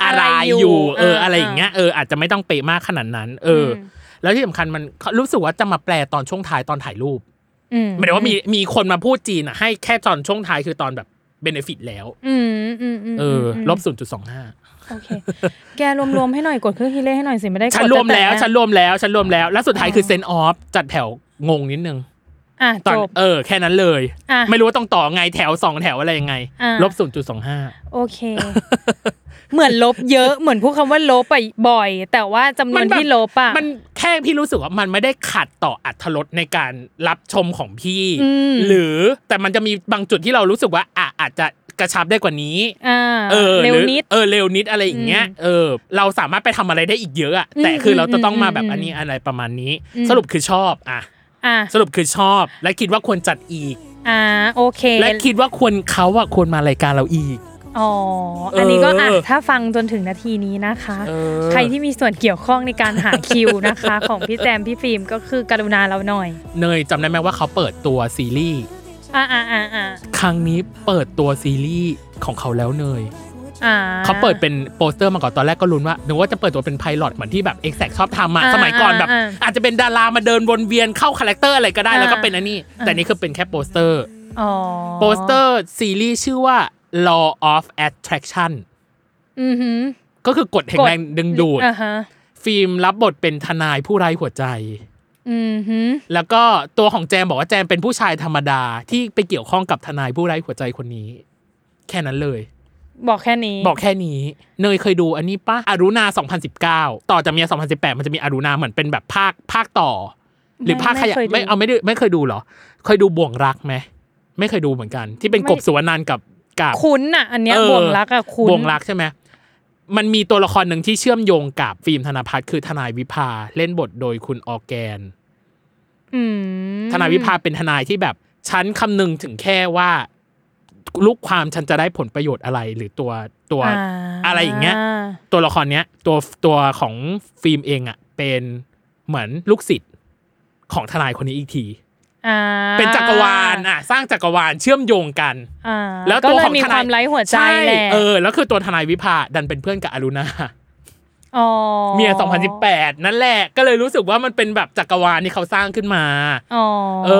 [SPEAKER 3] อะไรอยู่เอออะไรอย่างเงี้ยเอออาจจะไม่ต้องเป๊ะมากขนาดนั้น เอออแล้วที่สำคัญมันรู้สึกว่าจะมาแปลตอนช่วงท้ายตอนถ่ายรูป
[SPEAKER 4] อืม
[SPEAKER 3] หมายถึงว่ามีมีคนมาพูดจีนอะให้แค่ตอนช่วงท้ายคือตอนแบบเบนฟิตแล้ว
[SPEAKER 4] อืมอืมอืม
[SPEAKER 3] เออ
[SPEAKER 4] ม
[SPEAKER 3] ลบศูนย์จุดสองห้า
[SPEAKER 4] โอเค แกรวมๆให้หน่อยกดเครื่องคิดเลขให้หน่อยสิไม่ได้กด
[SPEAKER 3] ฉันรวมแล้ว
[SPEAKER 4] ต่ต่
[SPEAKER 3] ฉันรวมแล้วฉันรวมแล้วแล้วสุดท้ายคือเซนออฟจัดแถวงงนิดนึง
[SPEAKER 4] อ่ะ
[SPEAKER 3] ตอ
[SPEAKER 4] จ
[SPEAKER 3] น
[SPEAKER 4] บ
[SPEAKER 3] เออแค่นั้นเลย
[SPEAKER 4] อ่ะ
[SPEAKER 3] ไม่รู้ว่าต้องต่อไงแถวสองแถวอะไรยังไง
[SPEAKER 4] อ่ะ
[SPEAKER 3] ลบศูนย์จุดสองห้า
[SPEAKER 4] โอเค เหมือนลบเยอะเหมือนพูดคำว่าลบไปบ่อย แต่ว่าจำนวนที่ลบอ่ะ
[SPEAKER 3] มันแค่พี่รู้สึกว่ามันไม่ได้ขัดต่ออัธรสในการรับชมของพี่
[SPEAKER 4] อืม
[SPEAKER 3] หรือแต่มันจะมีบางจุดที่เรารู้สึกว่าอ่ะอาจจะกระชับได้กว่านี้
[SPEAKER 4] อ่า
[SPEAKER 3] เออ
[SPEAKER 4] เร็ว
[SPEAKER 3] หอ
[SPEAKER 4] นิด
[SPEAKER 3] เออเร็วนิดอะไรอย่างเงี้ยเออ เราสามารถไปทำอะไรได้อีกเยอะอะแต่คือเราจะต้องมาแบบอันนี้อะไรประมาณนี้ สรุปคือชอบอ่ะ
[SPEAKER 4] อ่ะ
[SPEAKER 3] สรุปคือชอบ และคิดว่าควรจัดอีก
[SPEAKER 4] อ่าโอเค
[SPEAKER 3] และคิดว่าควรเขาอะควรมารายการเราอีก
[SPEAKER 4] อ๋ออันนี้ก็อ่ะ
[SPEAKER 3] เออ
[SPEAKER 4] ถ้าฟังจนถึงนาทีนี้นะคะ
[SPEAKER 3] เออ
[SPEAKER 4] ใครที่มีส่วนเกี่ยวข้องในการหาคิวนะคะ ของพี่แจมพี่ฟิล์มก็คือกรุณาเราหน่อย
[SPEAKER 3] เนยจำได้ไหมว่าเขาเปิดตัวซีรีส์
[SPEAKER 4] อ่าอ่าอ่าอ่า
[SPEAKER 3] ครั้งนี้เปิดตัวซีรีส์ของเขาแล้วเนย
[SPEAKER 4] อ่า
[SPEAKER 3] เขาเปิดเป็นโปสเตอร์มาก่อนตอนแรกก็ลุ้นว่านึกว่าจะเปิดตัวเป็นไพลอตเหมือนที่แบบเอ็กแซกชอบทำมา
[SPEAKER 4] อ่า
[SPEAKER 3] สมัยก่อนแบบ
[SPEAKER 4] อ่า
[SPEAKER 3] อาจจะเป็นดารามาเดินวนเวียนเข้าคาแรคเตอร์อะไรก็ได้
[SPEAKER 4] อ่า
[SPEAKER 3] แล้วก็เป็นอันนี้ แต่นี่คือเป็นแค่โปสเตอร์
[SPEAKER 4] อ๋อ
[SPEAKER 3] โปสเตอร์ซีรีส์ชื่อว่า law of attraction
[SPEAKER 4] อือหือ
[SPEAKER 3] ก็คือกฎแห่ง
[SPEAKER 4] กฎ
[SPEAKER 3] แรงดึงดูด
[SPEAKER 4] อ่าฮะ
[SPEAKER 3] ฟิล์มรับบทเป็นทนายผู้ไร้หัวใจ
[SPEAKER 4] อือหือ
[SPEAKER 3] แล้วก็ตัวของแจมบอกว่าแจมเป็นผู้ชายธรรมดาที่ไปเกี่ยวข้องกับทนายผู้ไร้หัวใจคนนี้ แค่นั้นเลย
[SPEAKER 4] บอกแค่นี้
[SPEAKER 3] บอกแค่นี้ เนยเคยดูอันนี้ปะอารุณา 2019 ต่อจากเมีย 2018 มันจะมีอารุณาเหมือนเป็นแบบภาคภาคต่อ หรือภาคขยะ
[SPEAKER 4] ม่ค
[SPEAKER 3] ไม่
[SPEAKER 4] ดู
[SPEAKER 3] เอาไม่ได้ไม่เคยดูเหรอ เคยดูบ่วงรักไหมไม่เคยดูเหมือนกัน ที่เป็น
[SPEAKER 4] ไม่
[SPEAKER 3] กบสุวรรณนันท์กับกับ
[SPEAKER 4] คุ้นอ่ะ อันเนี้ย
[SPEAKER 3] เออ
[SPEAKER 4] บ่วงรักอ่ะคุ้น
[SPEAKER 3] บ่วงรักใช่ไหมมันมีตัวละครหนึ่งที่เชื่อมโยงกับฟิล์มธนพัฒน์คือทนายวิภาเล่นบทโดยคุณออร์แกน
[SPEAKER 4] อืม
[SPEAKER 3] ทนายวิภาเป็นทนายที่แบบฉันคำนึงถึงแค่ว่า ลูกความฉันจะได้ผลประโยชน์อะไร หรือตัวตัว
[SPEAKER 4] า
[SPEAKER 3] อะไรอย่างเงี้ย ตัวละครเนี้ย ตัวตัวของฟิล์มเองอ่ะ เป็นเหมือนลูกศิษย์ของทนายคนนี้อีกที
[SPEAKER 4] อ่า
[SPEAKER 3] เป็นจักรวาลอ่ะ สร้างจักรวาลเชื่อมโยงกัน
[SPEAKER 4] อ่า
[SPEAKER 3] แล้ว
[SPEAKER 4] ก็
[SPEAKER 3] ตัว
[SPEAKER 4] เล
[SPEAKER 3] ข
[SPEAKER 4] ย
[SPEAKER 3] อง
[SPEAKER 4] มีค
[SPEAKER 3] ทาว
[SPEAKER 4] นาย มไร้หัวใจแหละ
[SPEAKER 3] เออแล้วคือตัวทนายวิภาดันเป็นเพื่อนกับอรุณา
[SPEAKER 4] อ๋อ
[SPEAKER 3] เมีย 2018 นั่นแหละ ก็เลยรู้สึกว่ามันเป็นแบบจักรวาลที่เขาสร้างขึ้นมา
[SPEAKER 4] อ๋อ
[SPEAKER 3] เอ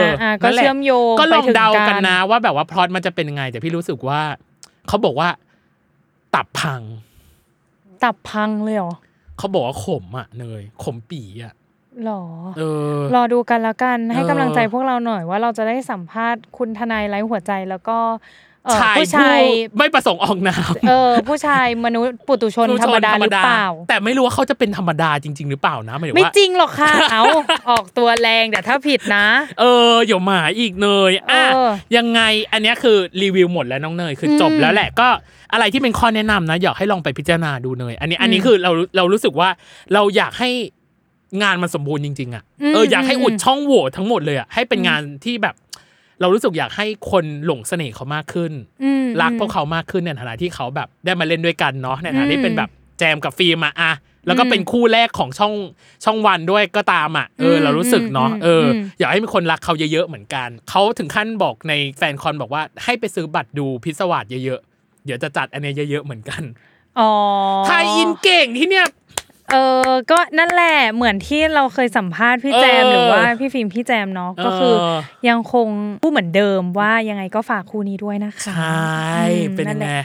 [SPEAKER 3] อ
[SPEAKER 4] อ่าก็
[SPEAKER 3] นั่นแหละ
[SPEAKER 4] เชื่อมโยง
[SPEAKER 3] ก็ลอง
[SPEAKER 4] ไปถึ
[SPEAKER 3] เดากัน
[SPEAKER 4] ร
[SPEAKER 3] นะว่าแบบว่าพล็อตมันจะเป็นยังไง แต่พี่รู้สึกว่า เขาบอกว่า ตับพัง
[SPEAKER 4] ตับพังเลยเหรอ
[SPEAKER 3] เขาบอกว่าขมอ่ะเนยขมปีอ่ะ
[SPEAKER 4] หรอ
[SPEAKER 3] เออ
[SPEAKER 4] รอดูกันแล้วกัน
[SPEAKER 3] เออก
[SPEAKER 4] ให้ำลังใจพวกเราหน่อยว่าเราจะได้สัมภาษณ์คุณทนายไร้หัวใจแล้วก็เอ่อ
[SPEAKER 3] ชาย
[SPEAKER 4] ผู้ชาย
[SPEAKER 3] ผู้ไม่ประสงค์ออกนาม
[SPEAKER 4] เออผู้ชายมนุษย์ปุตุชน
[SPEAKER 3] ผู้
[SPEAKER 4] ธรรมดาหรือเปล่า
[SPEAKER 3] แต่ไม่รู้ว่าเขาจะเป็นธรรมดาจริง ๆ หรือเปล่านะหมายถึง
[SPEAKER 4] ไม่
[SPEAKER 3] ว่า
[SPEAKER 4] จริงหรอก ค่ะ เอาออกตัวแรงแต่ถ้าผิดนะ
[SPEAKER 3] เอออย่าหมาอีกเนยอ่ะ
[SPEAKER 4] เออ
[SPEAKER 3] ยังไงอันเนี้ยคือรีวิวหมดแล้วน้องเนยคืออ
[SPEAKER 4] ม
[SPEAKER 3] จบแล้วแหละก็อะไรที่เป็นข้อแนะนำนะอยากให้ลองไปพิจารณาดูเนยอันนี้อันนี้
[SPEAKER 4] อืม
[SPEAKER 3] คือเราเรารู้สึกว่าเราอยากให้งานมันสมบูรณ์จริงๆอ่ะ
[SPEAKER 4] อืม
[SPEAKER 3] เอออยากให้
[SPEAKER 4] อืม
[SPEAKER 3] อุดช่องโหว่ทั้งหมดเลยอ่ะให้เป็นงานที่แบบ เรารู้สึกอยากให้คนหลงเสน่ห์เขามากขึ้น
[SPEAKER 4] อืม
[SPEAKER 3] รักพวกเขามากขึ้นในฐานะที่เขาแบบได้มาเล่นด้วยกันเนาะในฐานะที่เป็นแบบแจมกับฟิล์มอะอะแล้วก็เป็นคู่แรกของช่องช่องวันด้วยก็ตามอะเอออ
[SPEAKER 4] ม
[SPEAKER 3] เรารู้สึกเนาะ
[SPEAKER 4] อืม
[SPEAKER 3] เอออ
[SPEAKER 4] ม
[SPEAKER 3] อยากให้มีคนรักเขาเยอะๆเหมือนกัน เขาถึงขั้นบอกในแฟนคอนบอกว่าให้ไปซื้อบัตรดูพิศวาสเยอะๆ เดี๋ยวจะจัดอันเนี้ยเยอะๆเหมือนกัน
[SPEAKER 4] อ๋อ
[SPEAKER 3] ไทยอินเก่งที่เนี่ย
[SPEAKER 4] เออก็นั่นแหละเหมือนที่เราเคยสัมภาษณ์พี่แจม
[SPEAKER 3] เออ
[SPEAKER 4] หรือว่าพี่ฟิล์มพี่แจมเนาะก็คือ
[SPEAKER 3] เออ
[SPEAKER 4] ยังคงพูดเหมือนเดิมว่ายังไงก็ฝากคู่นี้ด้วยนะคะ
[SPEAKER 3] ใช่
[SPEAKER 4] อืม
[SPEAKER 3] เป็นยัง
[SPEAKER 4] แห
[SPEAKER 3] ไง
[SPEAKER 4] ละ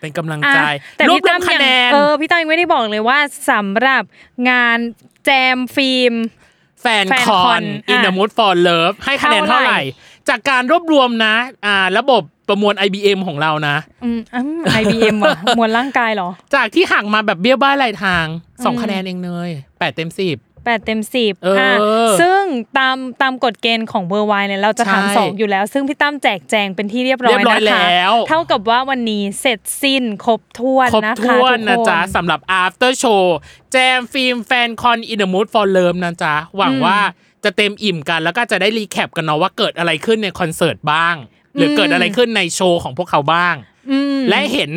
[SPEAKER 3] เป็นกำลัง
[SPEAKER 4] อ่ะ
[SPEAKER 3] ใจ
[SPEAKER 4] แต่
[SPEAKER 3] รวบรว
[SPEAKER 4] พี่ตั้
[SPEAKER 3] ม
[SPEAKER 4] ม
[SPEAKER 3] คะแนน
[SPEAKER 4] ยังเออพี่ตั้มยังไม่ได้บอกเลยว่าสำหรับงานแจมฟิล์ม
[SPEAKER 3] แฟน
[SPEAKER 4] แฟน
[SPEAKER 3] ค
[SPEAKER 4] ค
[SPEAKER 3] อ
[SPEAKER 4] อน น
[SPEAKER 3] อินเดอะ
[SPEAKER 4] อ่ะ
[SPEAKER 3] มูดฟอร์เลิฟให้คะแนนเท่า
[SPEAKER 4] เท่า
[SPEAKER 3] ไห
[SPEAKER 4] ไหร่
[SPEAKER 3] ร่ จากการรวบรวมนะอ่าระบบประมวล IBM ของเรานะ
[SPEAKER 4] อืมไอบีเอ็ ม IBM อ่ะ มวลร่างกายเหรอ
[SPEAKER 3] จากที่ห่างมาแบบเบี้ยวบ้ายลายทางสองคะแนนเองเนยแปดเต็มสิบ
[SPEAKER 4] แปดเต็มสิบ
[SPEAKER 3] เอออ่
[SPEAKER 4] ะซึ่งตามตามกฎเกณฑ์ของเบอร์ไวน์เนี่ยเราจะถาม
[SPEAKER 3] ใช่
[SPEAKER 4] สองอยู่แล้ว ซึ่งพี่ตั้มแจกแจงเป็นที่เรียบร้อย
[SPEAKER 3] เรียบร้อย
[SPEAKER 4] นะคะ
[SPEAKER 3] แล้ว
[SPEAKER 4] เท่ากับว่าวันนี้เสร็จสิ้นครบถ้วน
[SPEAKER 3] ครบ
[SPEAKER 4] นะคะ
[SPEAKER 3] ถ้วน
[SPEAKER 4] ทุก
[SPEAKER 3] นะ
[SPEAKER 4] ค
[SPEAKER 3] จ๊ะ
[SPEAKER 4] น
[SPEAKER 3] สำหรับ after show แจมฟิล์มแฟนคอนอินเดมูดฟอร์เลิมนะจ๊ะ หวังว่าจะเต็มอิ่มกันแล้วก็จะได้รีแคปกันเนาะว่าเกิดอะไรขึ้นในคอนเสิร์ตบ้าง หรือเกิดอะไรขึ้นในโชว์ของพวกเขาบ้าง และเห็น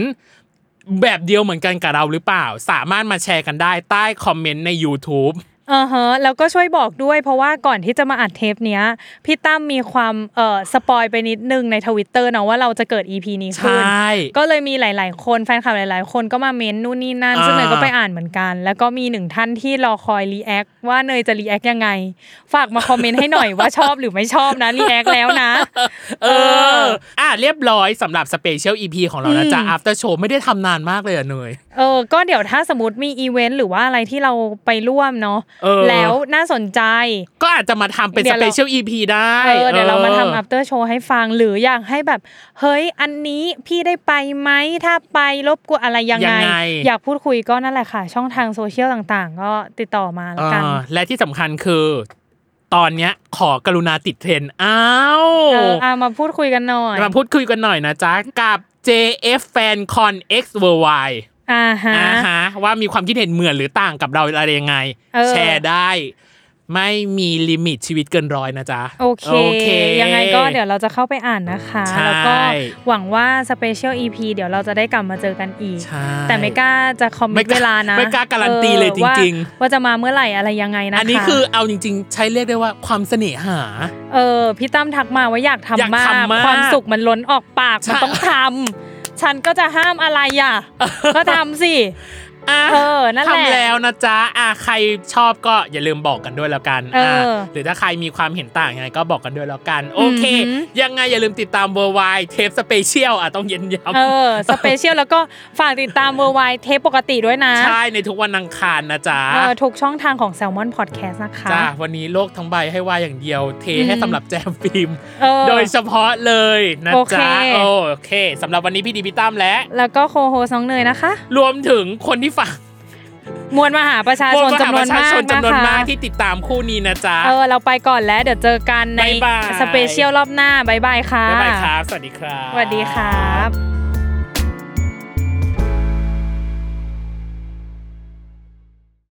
[SPEAKER 3] แบบเดียวเหมือนกันกับเราหรือเปล่า สามารถมาแชร์กันได้ใต้คอมเมนต์ใน YouTube
[SPEAKER 4] เออฮะแล้วก็ช่วยบอกด้วยเพราะว่าก่อนที่จะมาอัดเทปเนี้ยพี่ตั้มมีความเอ่อสปอยไปนิดนึงในทวิตเตอร์เนาะว่าเราจะเกิด EP นี้
[SPEAKER 3] ใช
[SPEAKER 4] ขึ้น
[SPEAKER 3] ่
[SPEAKER 4] ก็เลยมีหลาย ๆ คนแฟนคลับหลาย ๆ คนก็มาเม้นนู่นนี่นั่น
[SPEAKER 3] อ่า
[SPEAKER 4] ซึ่งเนยก็ไปอ่านเหมือนกัน แล้วก็มีหนึ่งท่านที่รอคอยรีแอคว่าเนยจะรีแอคยังไง ฝากมาคอมเมนต์ให้หน่อยว่าชอบหรือไม่ชอบนะรีแอคแล้วนะ
[SPEAKER 3] เออ อ่ะเรียบร้อยสำหรับสเปเชียล EP ของเรานะจ๊ะ after show ไม่ได้ทำนานมากเลยอะเนย
[SPEAKER 4] เออ ก็เดี๋ยวถ้าสมมติมีอีเวนต์หรือว่าอะไรที่เราไปร่วมเนาะ
[SPEAKER 3] เออ
[SPEAKER 4] แล้วน่าสนใจ
[SPEAKER 3] ก็อาจจะมาทำเป็น
[SPEAKER 4] เดี๋
[SPEAKER 3] ส
[SPEAKER 4] ยว
[SPEAKER 3] เป
[SPEAKER 4] เรา
[SPEAKER 3] เชียล EP ได้
[SPEAKER 4] เออเดี๋ยวเรามาทำ after show ให้ฟังหรืออยากให้แบบ เฮ้ยอันนี้พี่ได้ไปไหมถ้าไปรบกวนอะไรยัง
[SPEAKER 3] ยั
[SPEAKER 4] ไง
[SPEAKER 3] งไง
[SPEAKER 4] อยากพูดคุยก็นั่นแหละค่ะ ช่องทางโซเชียลต่างๆ ก็ติดต่อมาแล้วกัน
[SPEAKER 3] เออและที่สำคัญคือ ตอนเนี้ยขอกรุณาติดเทรนด์อ้าว
[SPEAKER 4] เออเอามาพูดคุยกันหน่อย
[SPEAKER 3] มาพูดคุยกันหน่อยนะจ๊ะ กับ JF FanCon X Worldwide
[SPEAKER 4] อ่าฮะ
[SPEAKER 3] อ่าฮะว่ามีความคิดเห็นเหมือนหรือต่างกับเราอะไรยังไง
[SPEAKER 4] เออ
[SPEAKER 3] แชร์ได้ ไม่มีลิมิตชีวิตเกินร้อยนะจ๊ะ
[SPEAKER 4] โอเค ยังไงก็เดี๋ยวเราจะเข้าไปอ่านนะคะ
[SPEAKER 3] ใช่
[SPEAKER 4] แล้วก็หวังว่าสเปเชียล EP เดี๋ยวเราจะได้กลับมาเจอกันอีก
[SPEAKER 3] ใช่
[SPEAKER 4] แต่ไม่กล้าจะคอมมิ
[SPEAKER 3] ไม่
[SPEAKER 4] ต
[SPEAKER 3] กล้า
[SPEAKER 4] เวลานะ
[SPEAKER 3] ไม่กล้าการันตีเลย
[SPEAKER 4] ออว่า
[SPEAKER 3] จริง
[SPEAKER 4] ว่าจะมาเมื่อไหร่อะไรยังไงนะคะ
[SPEAKER 3] อันนี้คือเอาจริง ๆ ใช้เรียกได้ว่าความเสน่หา
[SPEAKER 4] เออพี่ตั้มทักมาว่าอยากทำ
[SPEAKER 3] อยาก
[SPEAKER 4] มาก
[SPEAKER 3] ทำมาก
[SPEAKER 4] ความสุขมันล้นออกปาก
[SPEAKER 3] ใช่
[SPEAKER 4] มันต้องทำฉันก็จะห้ามอะไร อ่ะ ก็ทำสิ
[SPEAKER 3] อ่ะ
[SPEAKER 4] เออนั่นแหละ
[SPEAKER 3] ทำแล้วนะจ๊ะอ่ะใครชอบก็อย่าลืมบอกกันด้วยแล้วกัน
[SPEAKER 4] เอออ่
[SPEAKER 3] ะหรือถ้าใครมีความเห็นต่างยังไงก็บอกกันด้วยแล้วกัน โอเค
[SPEAKER 4] อือหือ
[SPEAKER 3] ยังไงอย่าลืมติดตามเวอร์ไวเทปสเปเชียลอ่ะต้องเย็นย้
[SPEAKER 4] เออสเปเชียลแล้วก็ฝากติดตามเวอร์ไวเทปปกติด้วยนะ
[SPEAKER 3] ำใช่ในทุกวันอังคารนะจ๊ะ
[SPEAKER 4] เออทุกช่องทางของ Salmon Podcast นะคะ
[SPEAKER 3] จ้าวันนี้โลกทั้งใบให้ว่าอย่างเดียว เทให้สำหรับแจมฟิล์ม
[SPEAKER 4] เออ
[SPEAKER 3] โดยเฉพาะเลยนะ
[SPEAKER 4] โอเค
[SPEAKER 3] จ๊ะโอเคสำหรับวันนี้พี่ดีพี่ตั้มและ
[SPEAKER 4] แล้วก็โคโฮซองเนยนะคะ
[SPEAKER 3] รวมถึงคนที่ฟัง
[SPEAKER 4] มวลมหาประชาชนจำนว
[SPEAKER 3] ประชาม
[SPEAKER 4] นาก
[SPEAKER 3] ชนจำนวน
[SPEAKER 4] นะ
[SPEAKER 3] มาก
[SPEAKER 4] คะ
[SPEAKER 3] ที่ติดตามคู่นี้นะจ๊ะ
[SPEAKER 4] เออเราไปก่อนแล้วเดี๋ยวเจอกันใน
[SPEAKER 3] บ๊ายบาย
[SPEAKER 4] สเปเชียลรอบหน้า บ๊ายบายค่ะ
[SPEAKER 3] บ๊ายบายครับ สวัสดีครับ
[SPEAKER 4] สวัสดีครับ